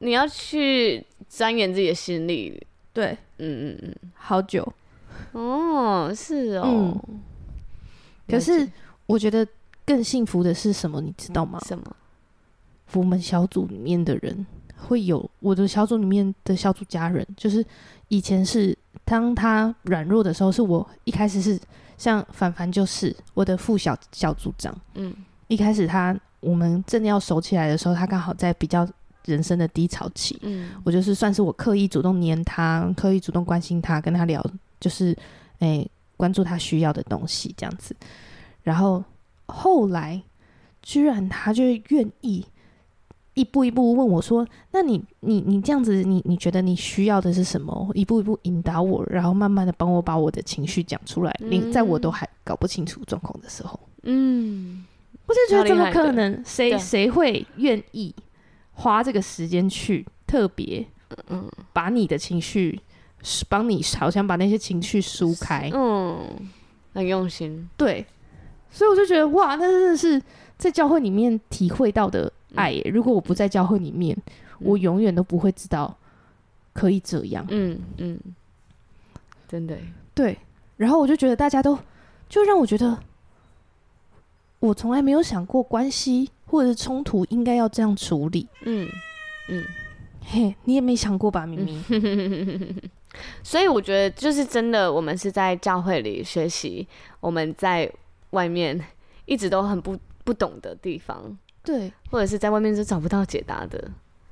你要去钻研自己的心理。对，嗯嗯好久。嗯，哦，是哦。嗯可了是解嗯我觉得更幸福的是什么，你知道吗？什么？我们小组里面的人会有我的小组里面的小组家人，就是以前是当他软弱的时候，是我一开始是像凡凡就是我的副小小组长，嗯，一开始他我们真的要熟起来的时候，他刚好在比较人生的低潮期，嗯我就是算是我刻意主动黏他，刻意主动关心他，跟他聊就是诶、关注他需要的东西这样子。然后后来居然他就愿意一步一步问我说：“那你你你这样子，你你觉得你需要的是什么？”一步一步引导我，然后慢慢的帮我把我的情绪讲出来。连、在我都还搞不清楚状况的时候，嗯，我就觉得怎么超厉可害的能？谁对谁会愿意花这个时间去特别嗯把你的情绪，帮你好像把那些情绪疏开？嗯，很用心，对，所以我就觉得哇，那真的是在教会里面体会到的爱嗯耶、如果我不在教会里面，我永远都不会知道可以这样。嗯嗯，真的耶，对，然后我就觉得大家都就让我觉得，我从来没有想过关系或者是冲突应该要这样处理。嗯。嘿，你也没想过吧，明明？ 所以我觉得，就是真的，我们是在教会里学习，我们在外面一直都很不不懂的地方，对，因或者是在外面是找不到解答的。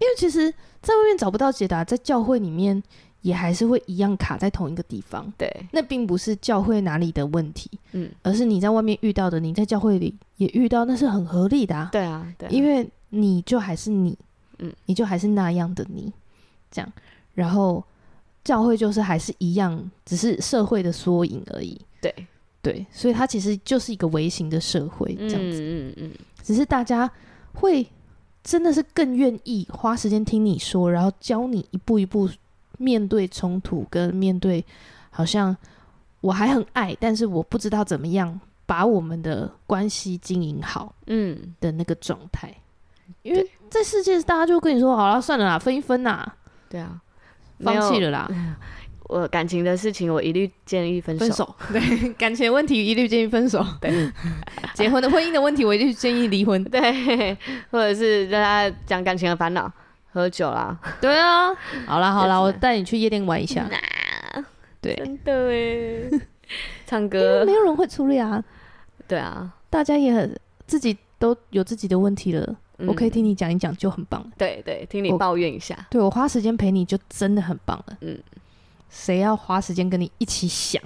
为其实在外面找不到解答，在教会里面也还是会一样卡在同一个地方。对，那并不是教会哪里的问题，嗯，而是你在外面遇到的，你在教会里也遇到，那是很合理的、啊。对啊，对啊因为你就还是你，嗯，你就还是那样的你，这样，然后教会就是还是一样，只是社会的缩影而已。对，对，所以它其实就是一个微型的社会这样子，嗯嗯嗯，只是大家会真的是更愿意花时间听你说，然后教你一步一步面对冲突跟面对，好像我还很爱，但是我不知道怎么样把我们的关系经营好。嗯，的那个状态，因为在世界大家就跟你说好了，算了啦，分一分啦，对啊，没放有弃了啦，我感情的事情，我一律建议分手。分手。对，感情的问题一律建议分手。对，结婚的婚姻的问题，我一律建议离婚。对， 或者是让他讲感情的烦恼，喝酒啦。对啊，好啦好啦，真的我带你去夜店玩一下。嗯啊对， 真的哎， 唱歌没，有人会处理啊，对啊，大家也很自己都有自己的问题了，嗯我可以听你讲一讲就很棒了。对对，听你我抱怨一下。对我花时间陪你就真的很棒了。嗯嗯，谁要花时间跟你一起 想，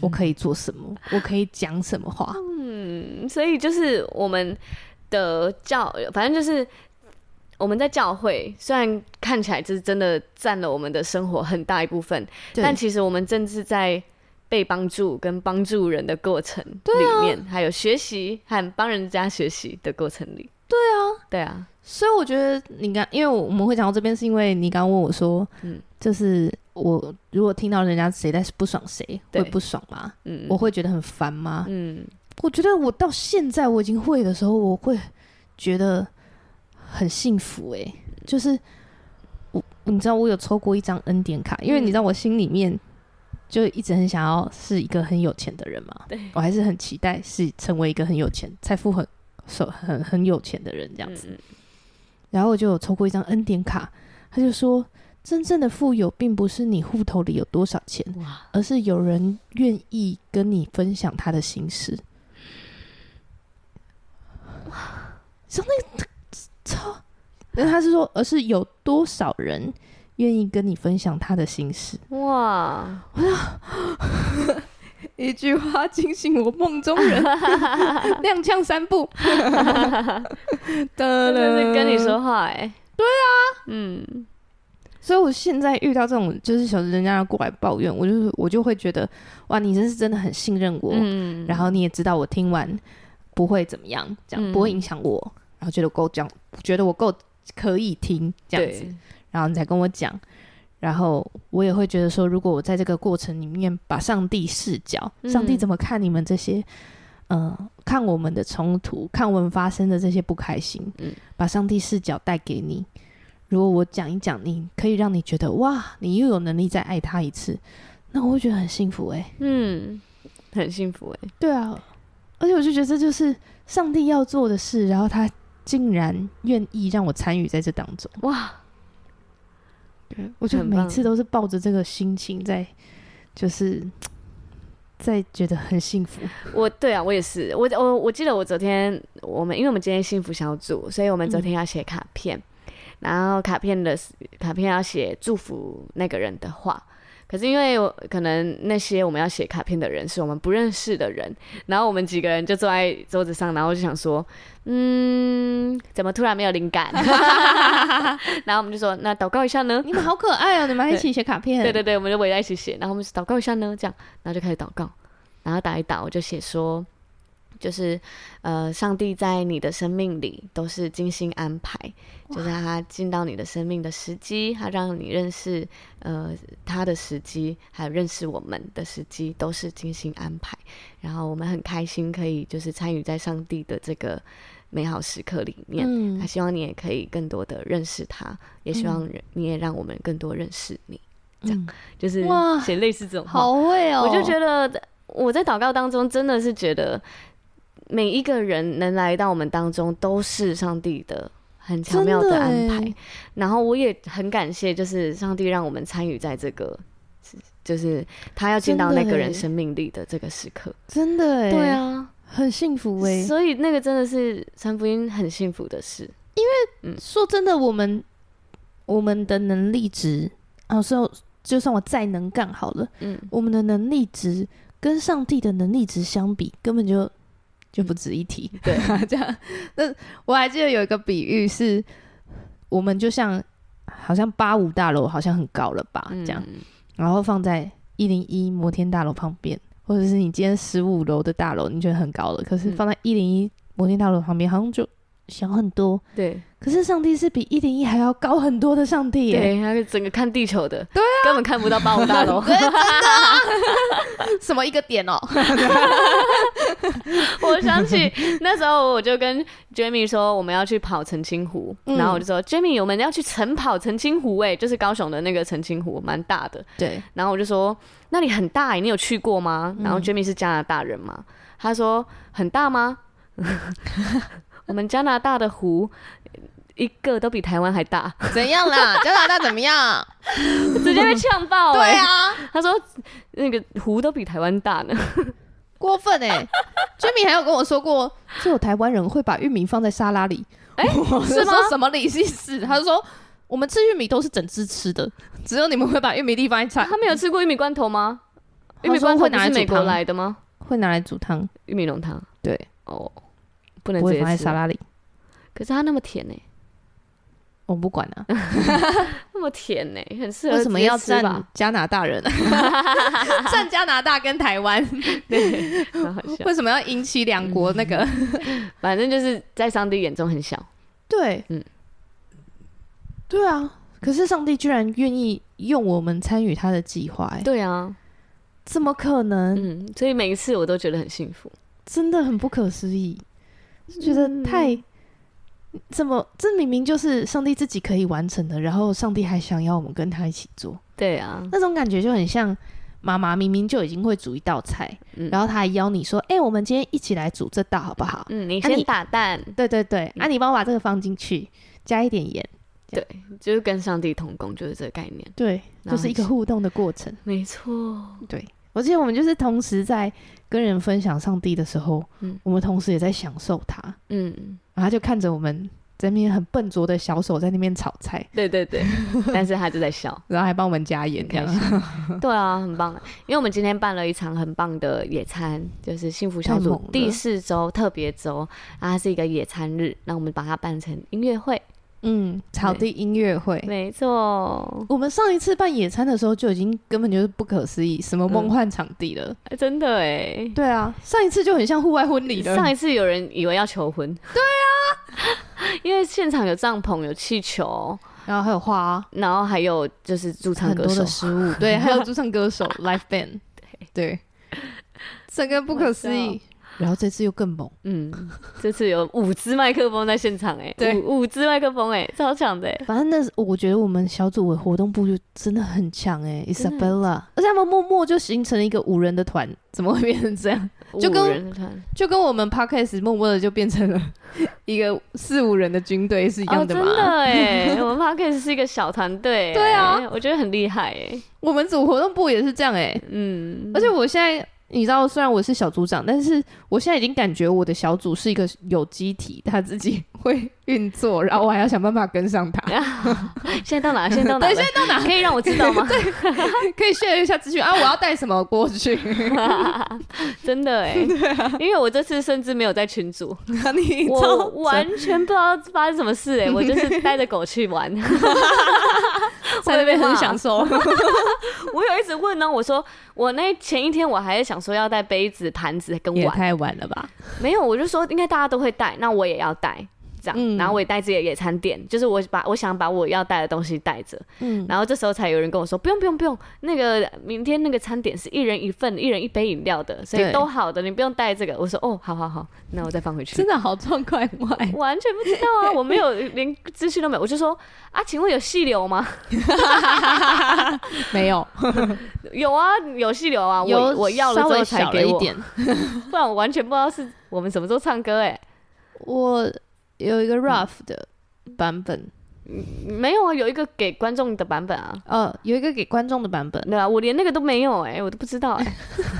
我可以做什么，我可以讲什么话？嗯，所以就是我们的教，反正就是我们在教会，虽然看起来就是真的占了我们的生活很大一部分，对但其实我们正是在被帮助跟帮助人的过程里啊面，还有学习和帮人家学习的过程里。对啊，对啊，所以我觉得你刚，因为我们会讲到这边，是因为你刚刚问我说，嗯就是我如果听到人家谁在不爽谁，会对不爽吗？嗯，我会觉得很烦吗？嗯我觉得我到现在我已经会的时候，我会觉得很幸福、欸。嗯就是我，你知道我有抽过一张恩典卡，因为你嗯知道我心里面就一直很想要是一个很有钱的人嘛，对我还是很期待是成为一个很有钱、财富很手很很有钱的人这样子。嗯然后我就有抽过一张恩典卡，他就说，真正的富有并不是你户头里有多少钱，嗯哇，而是有人愿意跟你分享他的心事。像那个超，那他是说，而是有多少人愿意跟你分享他的心事？哇，一句话惊醒我梦中 人，踉跄三步，真真的是跟你说话哎、对啊，嗯。 所以我现在遇到这种就是小人家过来抱怨，我就是我就会觉得哇，你真是真的很信任我，嗯然后你也知道我听完不会怎么样，这样、嗯不会影响我，然后觉得够讲，觉得我够可以听这样子，然后你才跟我讲，然后我也会觉得说，如果我在这个过程里面把上帝视角，嗯上帝怎么看你们这些，呃，看我们的冲突，看我们发生的这些不开心，嗯把上帝视角带给你。如果我讲一讲你，可以让你觉得哇，你又有能力再爱他一次，那我会觉得很幸福欸诶、嗯，很幸福哎、对啊，而且我就觉得这就是上帝要做的事，然后他竟然愿意让我参与在这当中。哇，对，我就很每棒次都是抱着这个心情在，就是在觉得很幸福。 我对啊，我也是，我我我记得我昨天我们因为我们今天幸福小组，所以我们昨天要写卡片，然后卡片的卡片要写祝福那个人的话，可是因为我可能那些我们要写卡片的人是我们不认识的人，然后我们几个人就坐在桌子上，然后就想说，嗯，怎么突然没有灵感？ 然后我们就说，那祷告一下呢？你们好可爱哦，你们还一起写卡片，对对对，我们就围在一起写，然后我们就祷告一下呢，这样，然后就开始祷告，然后打一打，我就写说，就是呃，上帝在你的生命里都是精心安排，就是呃他进到你的生命的时机，他让你认识呃他的时机，还有认识我们的时机，都是精心安排。然后我们很开心可以就是参与在上帝的这个美好时刻里面，他嗯，希望你也可以更多的认识他，也希望人你也让我们更多认识你。这样就是哇写类似这种话，好会哦，我就觉得我在祷告当中真的是觉得每一个人能来到我们当中都是上帝的很巧妙的安真的欸排耶，然后我也很感谢，就是上帝让我们参与在这个。就是他要进到那个真的欸人耶生命里的这个时刻，真的哎，对，啊，很幸福哎。所以那个真的是传福音很幸福的事，说真的，我们我们的能力值，啊，说就算我再能干好了，嗯，我们的能力值跟上帝的能力值相比，根本就就不值一提。嗯 对，这样。那我还记得有一个比喻是，我们就像好像八五大楼好像很高了吧，啊这样，嗯，然后放在一零一摩天大楼旁边，或者是你今天十五楼的大楼，你觉得很高了，可是嗯放在一零一摩天大楼旁边，好像就小很多。对可是上帝是比一零一还要高很多的上帝耶，对，他是整个看地球的，对啊，根本看不到八五 大楼，什么一个点哦？ 我想起那时候，我就跟 Jamie 说我们要去跑澄清湖，嗯然后我就说 Jamie，我们要去晨跑澄清湖、欸，就是高雄的那个澄清湖，蛮大的。 对，然后我就说那里很大、欸，你有去过吗？嗯然后 Jamie 是加拿大人嘛，他说很大吗？ 我们加拿大的湖一个都比台湾还大，怎样啦？加拿大怎 么样？直接被呛 爆、欸。对，啊，他说那个湖都比台湾大呢。过分哎、欸！居民还有跟我说过，只有台湾人会把玉米放在沙拉里，哎、是我吗？说什么李 是死？他就说我们吃玉米都是整只吃 的，只有你们会把玉米粒放在菜，他们有吃过玉米罐头吗？玉他米说罐头会不拿来是煮美国汤来的吗？会拿来煮汤，玉米浓汤。对，哦，不能不直会接放在吃沙。拉里。可是它那么甜呢、我不管 啊，那么甜呢、很适合为什么要直接吃站吧？加拿大 人？站加拿大跟台 湾， 对，很好笑。为什么要引起两国那个？反正就是在上帝眼中很小，对，嗯对啊。可是上帝居然愿意用我们参与他的计划、哎，对啊，怎么可能？嗯，所以每一次我都觉得很幸福，真的很不可思议，就觉得太、嗯怎么这明明就是上帝自己可以完成的，然后上帝还想要我们跟他一起做，对啊，那种感觉就很像妈妈明明就已经会煮一道菜，嗯然后她还邀你说：“哎、我们今天一起来煮这道好不好？”嗯，你啊先你打蛋，对对对，嗯啊，你帮我把这个放进去，加一点盐，对，就是跟上帝同工，就是这个概念，对，然就后是一一个起互动的过程。没错，对，我记得我们就是同时在跟人分享上帝的时候，嗯我们同时也在享受它。嗯，然后他就看着我们在那边很笨拙的小手在那边炒菜，对对 对，但是他就在笑，然后还帮我们加盐，这很样 开心，对啊，很棒。因为我们今天办了一场很棒的野餐，就是幸福小太组猛了第四周特别周，啊，它是一个野餐日，那我们把它办成音乐会，嗯，草地音乐会。没错，我们上一次办野餐的时候就已经根本就是不可思议，什么梦幻场地了。哎真的哎。对啊，上一次就很像户外婚礼了。上一次有人以为要求婚，对啊， 因为现场有帐篷、有气球，然后还有花、啊然后还有就是驻唱很歌多手的，食物，对，还有驻唱歌 手 l i f e band，对，整个不可思我议。然后这次又更猛，嗯，这次有五支麦克风在现场哎、对五五支麦克风哎、超强的、哎 反正那是我觉得我们小组的活动部就真的很强哎、i s a 真 b 的 e l l a 而且他们默默就形成了一个五人的团，怎么会变成这样？ 就五跟人的团就跟我们 podcast 默默的就变成了 一个四五人的军队是一样的嘛？哦、真的哎， 我们 Parkes 是一个小团队欸，对啊我觉得很厉害哎，我们组活动部也是这样哎、嗯，而且我现在你知道，虽然我是小组长，但是我现在已经感觉我的小组是一个有机体，他自己会运作，然后我还要想办法跟上它。 现在到 哪？现在到哪？对现在到哪？可以让我知道 吗？可以 share 一下资讯啊，我要带什么过 去？真的哎、因为我这次甚至没有在群 组，你我超完全不知道发生什么 事哎、我就是带着狗去玩，在那边很享 受。受， 我有一直问呢，哦我说我那前一天我还想说要带杯子、盘子跟碗，太晚了吧？没有，我就说应该大家都会带，那我也要带。这样，嗯然后我也带自己的野餐垫，就是我把我想把我要带的东西带着，嗯，然后这时候才有人跟我说，不用不用不用，那个明天那个餐点是一人一份，一人一杯饮料的，所以对都好的，你不用带这个。我说哦，好好好，那我再放回去。的好状况外，完全不知道啊，我没有连资讯都没有，我就说啊，请问有细流吗？ 没有，有啊，有细流啊，我我要了稍之后微才小给了一我，点。 不然我完全不知道是我们什么时候唱歌哎、我有一个 rough 的版本，没有啊，有一个给观众的版本啊，呃，有一个给观众的版本，对啊，我连那个都没有哎、我都不知道哎、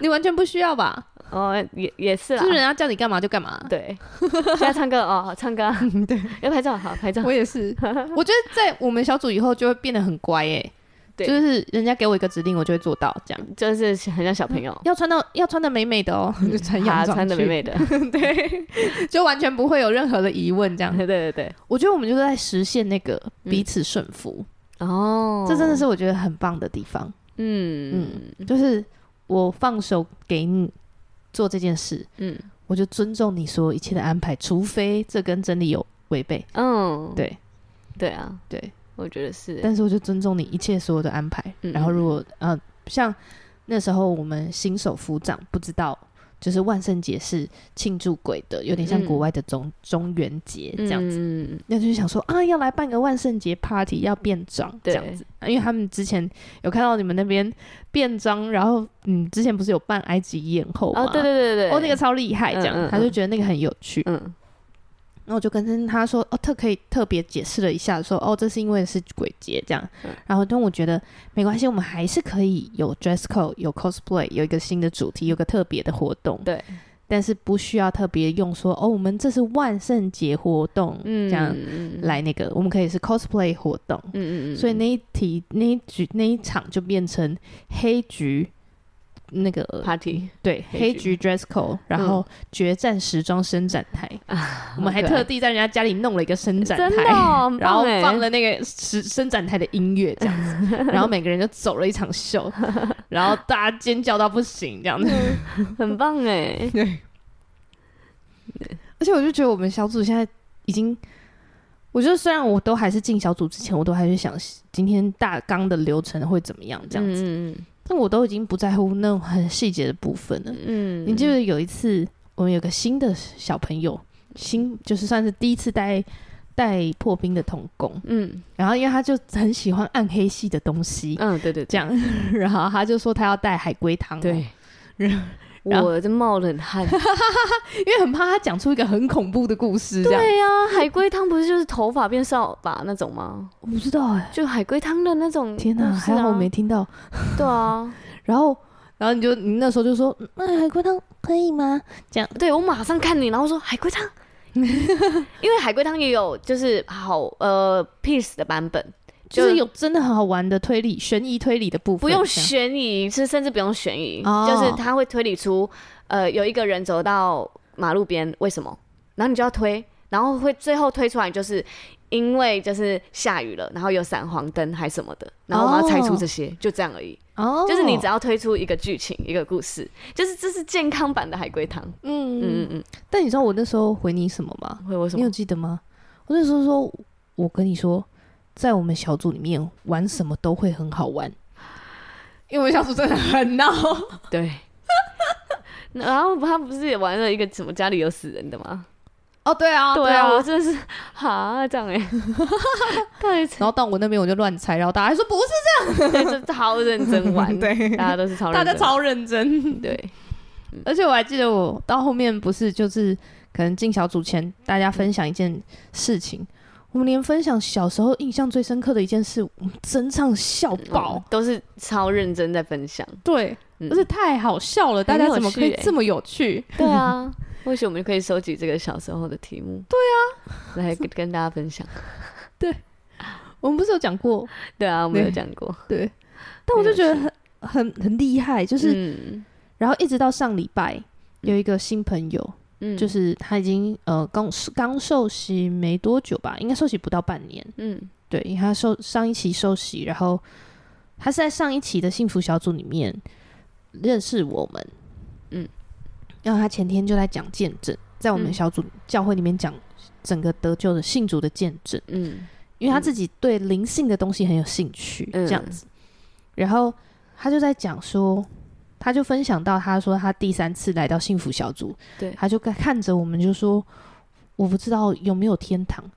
你完全不需要吧？哦，也也是啦就是，人家叫你干嘛就干嘛。对，现在唱歌哦，好唱 歌、啊，对，要拍照好拍照，我也是，我觉得在我们小组以后就会变得很乖诶、对就是人家给我一个指令，我就会做到这样。就是很像小朋友，要穿到要穿的美美的哦，就穿嗯他洋 装穿的去美，美的，对，就完全不会有任何的疑问这样。对对对，我觉得我们就是在实现那个嗯彼此顺服，哦，嗯这真的，是我觉得很棒的地方。嗯就是我放手给你做这件事，嗯我就尊重你所有一切的安排，除非这跟真理有违背。嗯，对对啊，对，我觉得是，但是我就尊重你一切所有的安排。嗯然后如果呃，像那时候我们新手副长不知道，就是万圣节是庆祝鬼的，有点像嗯国外的中、中元节这样子。嗯，那就想说啊，要来办个万圣节 party，要变装这对样子、啊因为他们之前有看到你们那边变装，然后嗯，之前不是有办埃及艳后吗？哦，对对对对，哦，那个，超厉害，这样、嗯嗯嗯他就觉得那个很有趣。嗯然后我就跟他说，哦，特可以特别解释了一下说哦，这是因为是鬼节这样。嗯然后但我觉得没关系，我们还是可以有 dress code，有 cosplay，有一个新的主题，有个特别的活动。对，但是不需要特别用说哦，我们这是万圣节活动，嗯，这样嗯来那个，我们可以是 cosplay 活动。嗯嗯，所以那一题、那一局、那一场就变成黑局那个 party，对黑嗯黑局局 dress code，然后决战时装伸展台，啊我们还特地在人家家里弄了一个伸展真的台。哦，很然后棒哎放了那个伸伸展台的音乐这样 子，然后每个人就走了一场秀，然后大家尖叫到不行这样子。很棒哎，而且我就觉得我们小组现在已经，我觉得虽然我都还是进小组之前，我都还是想今天大纲的流程会怎么样 这样子，嗯嗯但我都已经不在乎那种很细节的部分了。嗯，你记得有一次我们有个新的小朋友，嗯新就是算是第一次带带破冰的童工，嗯然后因为他就很喜欢暗黑系的东西，嗯，对对对这样， 然后他就说他要带海龟汤、啊对， 然后我这冒 冷汗。啊因为很怕他讲出一个很恐怖的故事，这样对呀、海龟汤不是就是头发变扫把那种吗？我不知道哎、就海龟汤的那种、天哪，哪，还好我没。听到。 对啊，然后，然后你就你那时候就说，嗯那海龟汤可以吗？这样，对我马上看你，然后说海 龟汤，因为海龟汤也有就是好呃 peace 的版本，就就是有真的很好玩的推理、悬疑推理的部分，不用这样悬疑，是甚至不用悬疑，哦就是他会推理出，呃，有一个人走到马路边，为什么？然后你就要推，然后会最后推出来，就是因为就是下雨了，然后有闪黄灯还什么的，然后我们要猜出这些，就这样而已。哦，就是你只要推出一个剧情、一个故事，就是这是健康版的海龟汤。嗯嗯嗯嗯但你知道我那时候回你什么吗？嗯，会为什你有么？记得吗？我那时候说，我跟你说，在我们小组里面玩什么都会很好玩， 因为我们小组真的很闹。对。 然后他不是也玩了一个什么家里有死人的吗？哦，对啊，对啊啊，。我真的是 哈这样哎、欸， 到底然后到我那边我就乱猜，然后大家还说不是，对，这超认真 玩，对，大家都是超认大真，家超认真。对，而且我还记得我到后面不是就是可能进小组前大家分享一件事情，我们连分享小时候印象最深刻的一件事，我们整场笑爆。嗯都是超认真在分享，对，嗯而且太好笑了，大很家有怎么趣可以欸这么有趣？对啊， 或许我们就可以收集这个小时候的题目。对啊，来跟跟大家分享。我们不是有讲过，对啊，我们有对讲过，对，但我就觉得很很很厉害，就是、嗯然后一直到上礼拜有一个新朋友，嗯就是他已经呃刚刚受洗没多久吧，应该受洗不到半年，嗯对，因为他受上一期受洗，然后他是在上一期的幸福小组里面认识我们，嗯，然后他前天就在讲见证，在我们嗯小组、教会里面讲整个得救的信主的见证，嗯因为他自己对灵性的东西很有兴趣，嗯这样子，然后他就在讲说。他就分享到，他说他第三次来到幸福小组，对他就看看着我们就说，我不知道有没有天堂，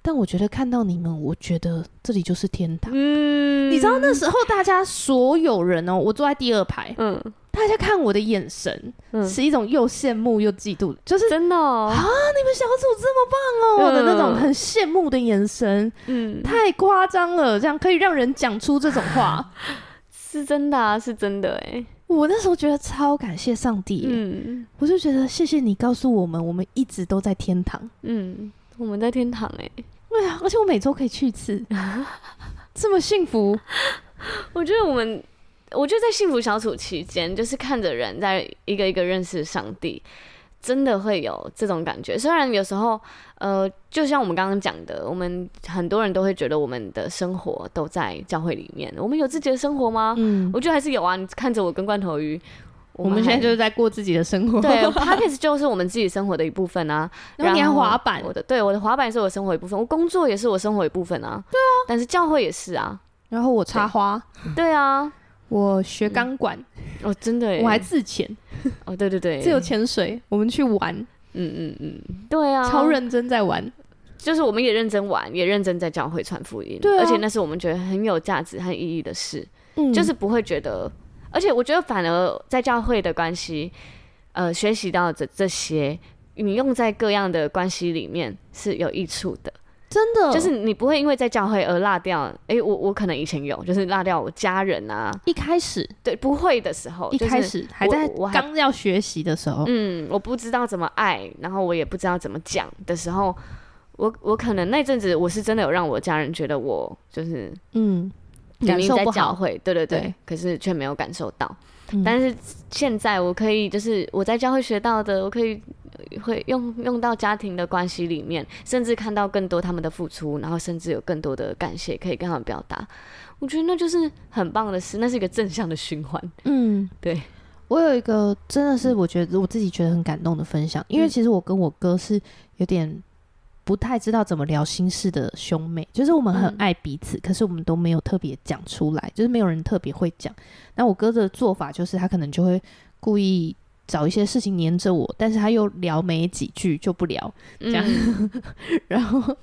但我觉得看到你们，我觉得这里就是天堂。嗯你知道那时候大家所有人哦，我坐在第二排，嗯大家看我的眼神、嗯，是啊一种又羡慕又嫉妒，就是真的哦，你们小组这么棒哦、嗯的那种很羡慕的眼神，嗯，太夸张了，这样可以让人讲出这种话。是真的啊，是真的哎， 我那时候觉得超感谢上帝，嗯我就觉得谢谢你告诉我们，我们一直都在天堂。嗯，我们在天堂哎，对啊，而且我每周可以去一 次，这么幸福。我觉得我们，我觉得在幸福小组期间，就是看着人在一个一个认识上帝，真的会有这种感觉。虽然有时候，呃，就像我们刚刚讲的，我们很多人都会觉得我们的生活都在教会里面，我们有自己的生活吗？嗯，我觉得还是有啊。你看着我跟罐头鱼，我们现在还就是在过自己的生 活。对 p o c k e t 就是我们自己生活的一部分啊。然后你还滑板我的对我的滑板是我生活一部分，我工作也是我生活一部分啊。对啊，但是教会也是啊。然后我插花，对啊，我学钢管，哦，真的耶，我还自潜，哦，对对对，自由潜水，我们去玩，嗯嗯嗯，对啊，超认真在玩。就是我们也认真玩，也认真在教会传福音，对啊而且那是我们觉得很有价值和意义的事，嗯就是不会觉得，而且我觉得反而在教会的关系，呃，学习到这这些，你用在各样的关系里面是有益处的，真的，就是你不会因为在教会而落掉，诶，我我可能以前有，就是落掉我家人啊，一开始，对，不会的时候，一开就是始还在我还刚要学习的时候，嗯，我不知道怎么爱，然后我也不知道怎么讲的时候，我我可能那阵子我是真的有让我家人觉得我就是嗯，明感明受在不教好，会，对对对，对可是却没有感受到。嗯但是现在我可以就是我在教会学到的，我可以呃会用用到家庭的关系里面，甚至看到更多他们的付出，然后甚至有更多的感谢可以跟他们表达。我觉得那就是很棒的事，那是一个正向的循环。嗯，对。我有一个真的是我觉得我自己觉得很感动的分享，因为嗯其实我跟我哥是有点不太知道怎么聊心事的兄妹，就是我们很嗯爱彼此，可是我们都没有特别讲出来，就是没有人特别会讲。那我哥的做法就是他可能就会故意找一些事情黏着我，但是他又聊没几句就不聊， 这样然后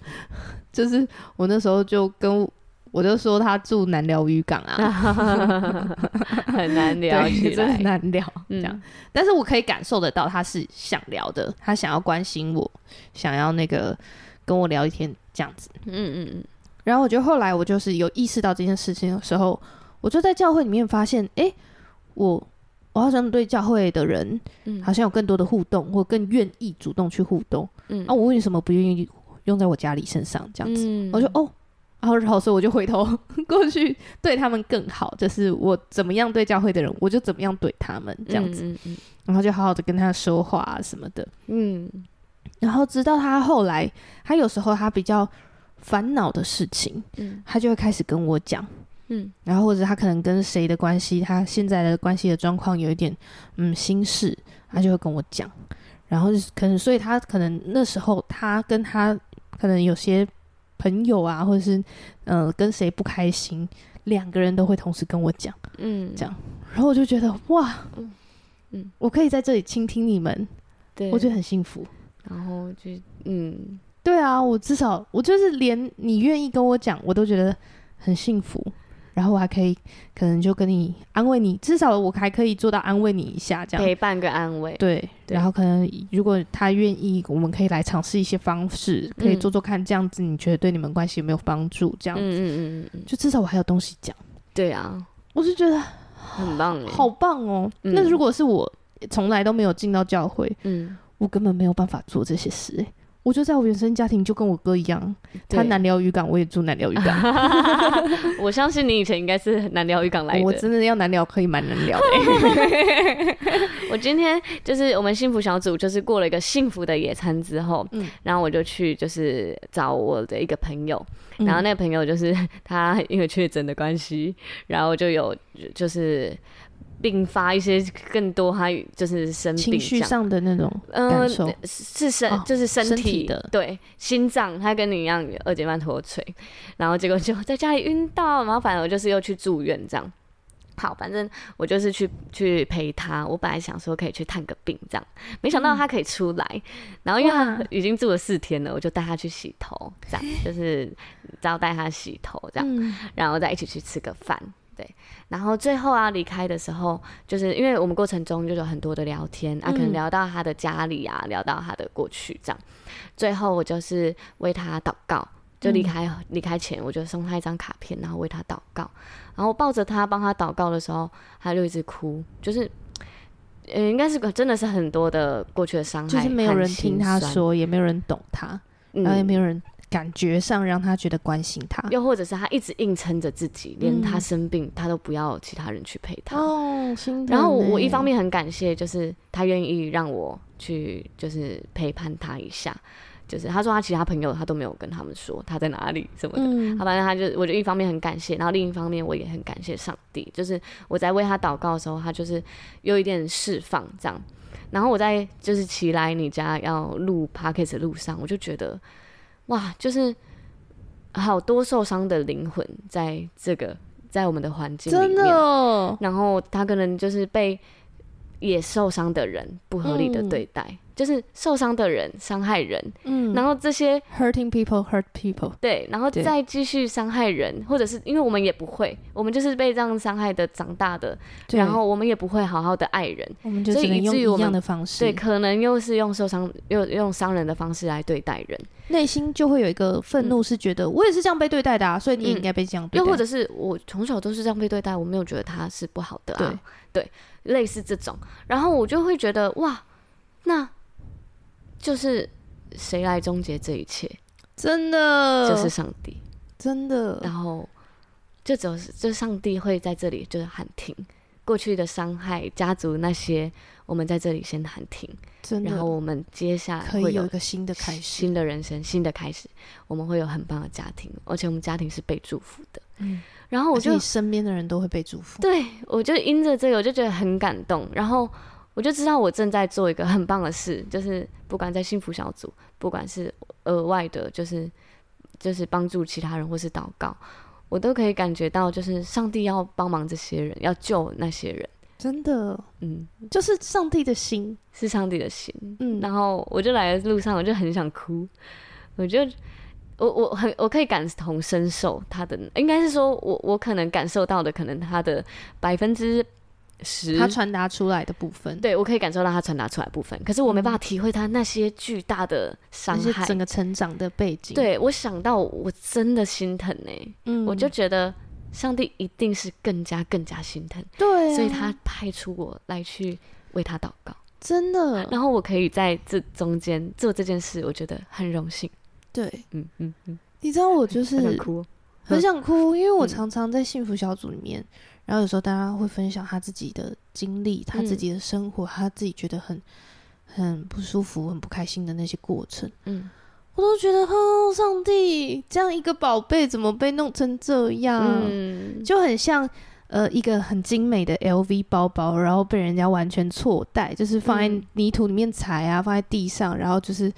就是我那时候就跟我就说他住南寮渔港啊， 很难聊起对，真的来很。难聊。嗯这样，但是我可以感受得到他是想聊的，他想要关心我，想要那个跟我聊一天这样子。嗯嗯嗯。然后我觉得后来我就是有意识到这件事情的时候，我就在教会里面发现，诶，我我好像对教会的人嗯好像有更多的互动，或更愿意主动去互动。嗯啊，我为什么不愿意用在我家里身上这样子？嗯我就哦。然后，然后，所以我就回头过去对他们更好，就是我怎么样对教会的人，我就怎么样对他们这样子。嗯嗯然后就好好的跟他说话、啊、什么的。嗯嗯然后直到他后来，他有时候他比较烦恼的事情，嗯他就会开始跟我讲。嗯然后或者他可能跟谁的关系，他现在的关系的状况有一点嗯心事，他就会跟我讲。然后就是可能，所以他可能那时候他跟他可能有些朋友啊，或者是嗯、呃跟谁不开心，两个人都会同时跟我讲。嗯，这样然后我就觉得哇，嗯嗯嗯，我可以在这里倾听你们，对，我觉得很幸福。然后就嗯，对啊，我至少我就是连你愿意跟我讲，我都觉得很幸福。然后我还可以可能就跟你安慰你，至少我还可以做到安慰你一下这样。陪伴跟安慰，对，对然后可能如果他愿意，我们可以来尝试一些方式，可以嗯做做看，这样子你觉得对你们关系有没有帮助？这样嗯嗯嗯嗯，就至少我还有东西讲，对啊，我就觉得很棒哎，好棒哦。嗯那如果是我从来都没有进到教会，嗯我根本没有办法做这些事、欸。我就在我原生家庭就跟我哥一样，他对南寮渔港，我也住南寮渔港，我相信你以前应该是南寮渔港 来的。我真的要南寮可以蛮南 寮的、欸我今天就是我们幸福小组，就是过了一个幸福的野餐之后，嗯然后我就去就是找我的一个朋友，嗯然后那个朋友就是 他因为确诊的关系，然后就有就是并发一些更多他就是生病情这绪样。上的那种感呃受，是身、哦就是身体身体的对心脏，他跟你一样有二尖瓣脱垂，然后结果就 在家里晕到，然后反正我就是又去住院这样。好，反正我就是去去陪他。我本来想说可以去探个病这样，没想到嗯他可以出来。然后因为他已经住了四天了，我就带他去洗头，这样就是 招待他洗头这样。嗯，然后再一起去吃个饭。对，然后最后啊离开的时候，就是因为我们过程中就有很多的聊天啊，可能嗯聊到他的家里啊，聊到他的过去这样。最后我就是为他祷告，就离开嗯离、开前，我就送他一张卡片，然后为他祷告。然后我抱着他帮他祷告的时候，他就一直哭，就是。呃，应该是个真的是很多的过去的伤害，就是没有和人心听他酸，说，也没有人懂他，嗯然后也没有人感觉上让他觉得关心他。又或者是他一直硬撑着自己，连嗯他生病、他都不要其他人去陪他。哦，心疼然后我欸我一方面很感谢，就是他愿意让我去，就是陪伴他一下。就是他说他其他朋友他都没有跟他们说他在哪里什么的，嗯好，反正他就我就一方面很感谢，然后另一方面我也很感谢上帝，就是我在为他祷告的时候，他就是有一点释放这样。然后我在就是骑来你家要录 p o d c a s t 的路上，我就觉得哇，就是好多受伤的灵魂在这个在我们的环境里面，真的哦，然后他可能就是被也受伤的人不合理的对待，就是受伤的人伤害人，嗯，然后这些 hurting people hurt people，对，然后对再继续伤害人，或者是因为我们也不会，我们就是被这样伤害的长大的，对然后我们也不会好好的爱人，我们就所以只能以用至于我一样们的方式，对，可能又是用受伤又用伤人的方式来对待人，内心就会有一个愤怒，是觉得我也是这样被对待的啊，所以你也应该被这样对嗯又待。或者是我从小都是这样被对待，我没有觉得他是不好的啊，对，类似这种，然后我就会觉得哇，那就是谁来终结这一切？真的就是上帝。真然的，后就只有就上帝会在这里就是喊停过去的伤害，家族那些我们在这里先喊停，真的然后我们接下来可会以有一有个新的开始。新的人生、新的开始，我们会有很棒的家庭，而且我们家庭是被祝福的。嗯然后我而且就你身边的人都会被祝福，对，我就因着这个，我就觉得很感动，然后我就知道我正在做一个很棒的事，就是不管在幸福小组，不管是额外的，就是就是帮助其他人或是祷告，我都可以感觉到，就是上帝要帮忙这些人，要救那些人，真的嗯，就是上帝的心，是上帝的心。嗯，然后我就来的路上，我就很想哭，我就我我很我可以感同身受他的，应该是说我我可能感受到的，可能他的百分之十，他传达出来的部分，对我可以感受到他传达出来的部分，可是我没办法体会他那些巨大的伤嗯那些害。整个成长的背景，，对我想到我真的心疼呢、嗯，我就觉得上帝一定是更加更加心疼，对啊，所以他派出我来去为他祷告，真的然后我可以在这中间做这件事，我觉得很荣幸。对，嗯嗯嗯，你知道我就很是哭哦，很想哭，因为我嗯常常在幸福小组里面，然后有时候大家会分享他自己的经历、他嗯自己的生活、他自己觉得很很不舒服、很不开心的那些过程，嗯我都觉得，哦，上帝，这样一个宝贝怎么被弄成这样？嗯，就很像呃一个很精美的 LV 包包，然后被人家完全错戴，就是放在嗯泥土里面踩啊，放在地上，然后就是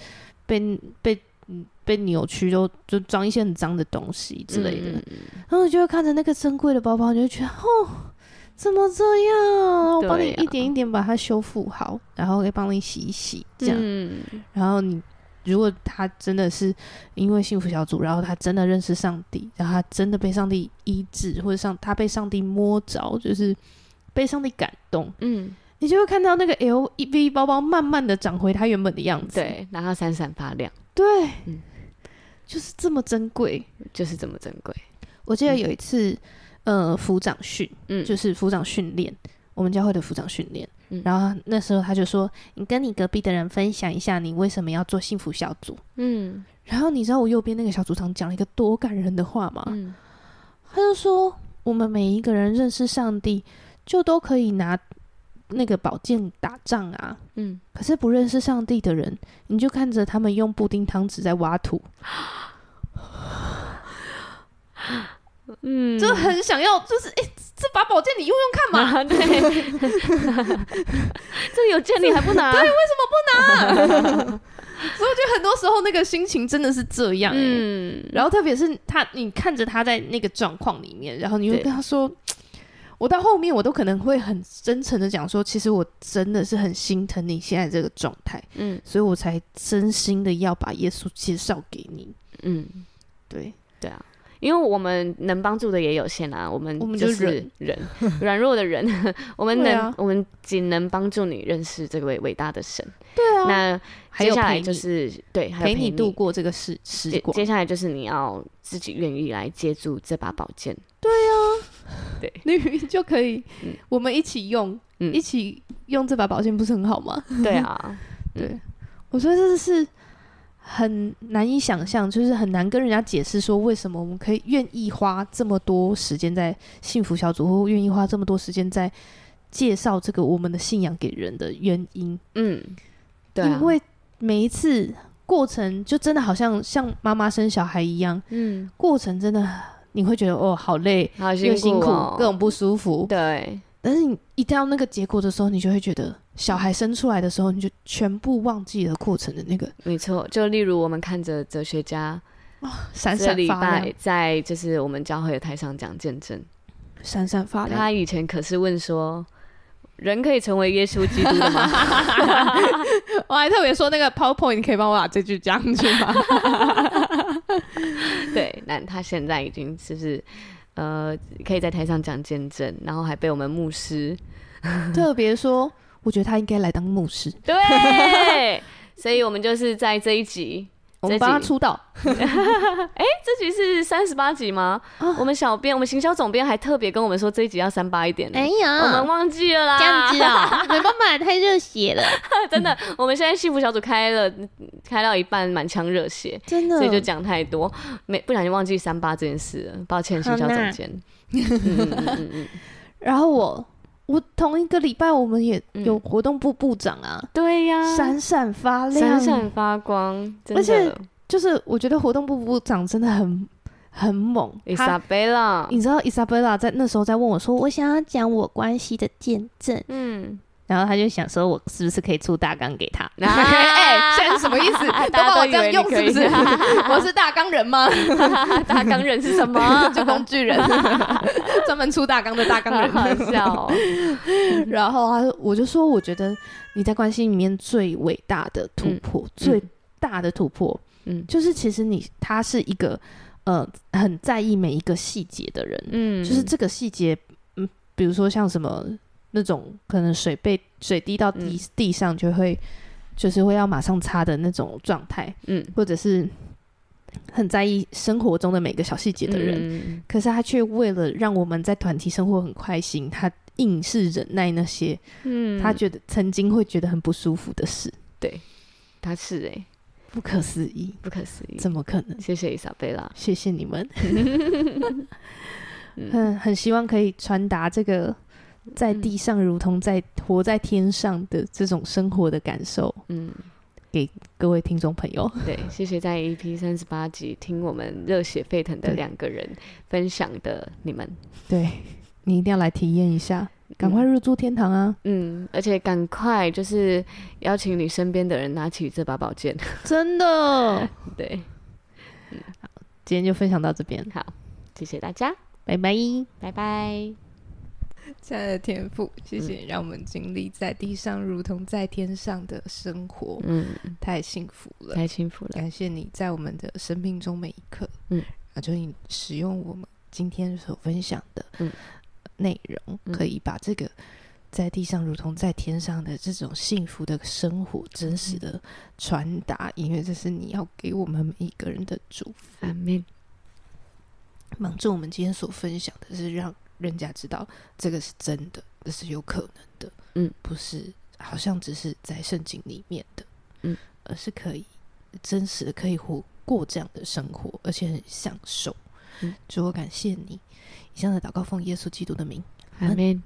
被被嗯被扭曲都，就装一些很脏的东西之类的。嗯，嗯然后你就会看着那个珍贵的包包，你就觉得哦。怎么这样？我帮你对啊一点一点把它修复好，然后也帮你洗一洗，这样。嗯然后你如果他真的是因为幸福小组，然后他真的认识上帝，然后他真的被上帝医治，或者上他被上帝摸着，就是被上帝感动，嗯，你就会看到那个 L E V 包包慢慢的长回它原本的样子。对，然后闪闪发亮，对，嗯就是这么珍贵。就是这么珍贵。我记得有一次，呃，辅长训嗯，就是辅长训练，我们教会的辅长训练，嗯然后那时候他就说：“你跟你隔壁的人分享一下，你为什么要做幸福小组。嗯”然后你知道我右边那个小组长讲了一个多感人的话吗？嗯，他就说：“我们每一个人认识上帝，就都可以拿那个宝剑打仗啊。嗯，可是不认识上帝的人，你就看着他们用布丁汤匙在挖土，嗯， 就很想要，就是哎、这把宝剑你用用看嘛，嘛，对，这有见你还 不拿？对，所以我觉得很多时候那个心情真的是这样、欸，嗯，然后特别是他，你看着他在那个状况里面，然后你又对跟他说，我到后面我都可能会很真诚的讲说，其实我真的是很心疼你现在这个状态，嗯所以我才真心的要把耶稣介绍给你。嗯，对，对啊。因为我们能帮助的也有限啊，我们我们就就是忍人 软弱的人， 我们对能、啊我们仅能帮助你认识这位伟大的神。对啊那还接有下来陪就你是对，还陪有你你度过这个时时 接光。接下来就是你要自己愿意来接住这把宝 剑，你就可以，嗯我们一起用，嗯一起用这把宝剑，不是很好吗？对啊，我觉得这是很难以想象，就是很难跟人家解释说为什么我们可以愿意花这么多时间在幸福小组，或愿意花这么多时间在介绍这个我们的信仰给人的原因，嗯，对啊，因为每一次过程就真的好像像妈妈生小孩一样，嗯，过程真的你会觉得哦好累，好又辛苦，哦各种不舒服，对，但是你一到那个结果的时候，你就会觉得小孩生出来的时候，你就全部忘记了过程的那个没错，就例如我们看着哲学家闪这闪礼发亮拜。在就是我们教会的台上讲见证，闪闪发亮。他以前可是问说。人可以成为耶稣基督 的吗？ 我还特别说那个 PowerPoint，你可以帮我把这句加进去吗？对，那他现在已经就是呃，可以在台上讲见证，然后还被我们牧师 特别说，我觉得他应该来当牧师，对，所以我们就是在这一集，我们帮他集出道。这集是三十八集吗？啊我们小编，我们行销总编还特别跟我们说这一集要三八一点呢、哎呀我们忘记了啦，啊，没办法，太热血了，真的， 我们现在幸福小组开了，开到一半满腔热血，真的。所以就讲太多，没不小心忘记三八这件事了，抱歉，行销总 监。嗯嗯嗯嗯嗯，然后我，我同一个礼拜我们也有活动部部长嗯啊，对呀、闪闪发亮，闪闪发光，真而且的，就是我觉得活动部部长真的很很猛，伊他莎贝拉，你知道 Isabella 在那时候在问我说，我想要讲我关系的见证，嗯，然后他就想说我是不是可以出大纲给 他？啊？哎，现在是什么意 思都大家把都我以这样为你用可是以不是？我是大纲人吗？ 大纲人是什么？就工具人， 专门出大纲的大纲好好人。笑哦。然后啊，我就说，我觉得你在关系里面最伟大的突破，最大的突破，嗯就是其实你他是一个呃很在意每一个细节的人，嗯，就是这个细节，嗯，比如说像什么那种可能水被水滴到地、嗯地上就会，就是会要马上擦的那种状态，嗯或者是很在意生活中的每个小细嗯节的人，人，可是他却为了让我们在团体生活很开心，他硬是忍耐那些、嗯他觉得曾经会觉得很不舒服的事，他是哎、不可思议，不可思议。怎么可能？谢谢伊莎贝拉，谢谢 你们，嗯很很希望可以传达这个在地上如同在活在天上的这种生活的感受， 嗯，各位听众朋 友。对，谢谢在 EP 三十八集听我们热血沸腾的对两个人分享的你们，对你一定要来体验一下，嗯赶快入住天堂啊！嗯，而且赶快就是邀请你身边的人拿起这把宝剑， 真的，对，今天就分享到这边，谢谢大家，拜拜。拜拜。亲爱的天父，谢嗯谢你让我们经历在地上如同在天上的生活，嗯，太幸福了。太幸福了，感谢你在我们的生命中每一刻，嗯，啊，就你使用我们今天所分享的嗯内容，嗯可以把这个在地上如同在天上的这种幸福的生活真实嗯的传达，因为这是你要给我们每一个人的祝福。阿门。帮助我们今天所分享的是让人家知道这个是真的，这是有可能的，嗯，不是好像只是在圣经里面的，嗯，而是可以真实的可以活过这样的生活，而且很享受。嗯主，我感谢你，以上的祷告奉耶稣基督的名。阿门。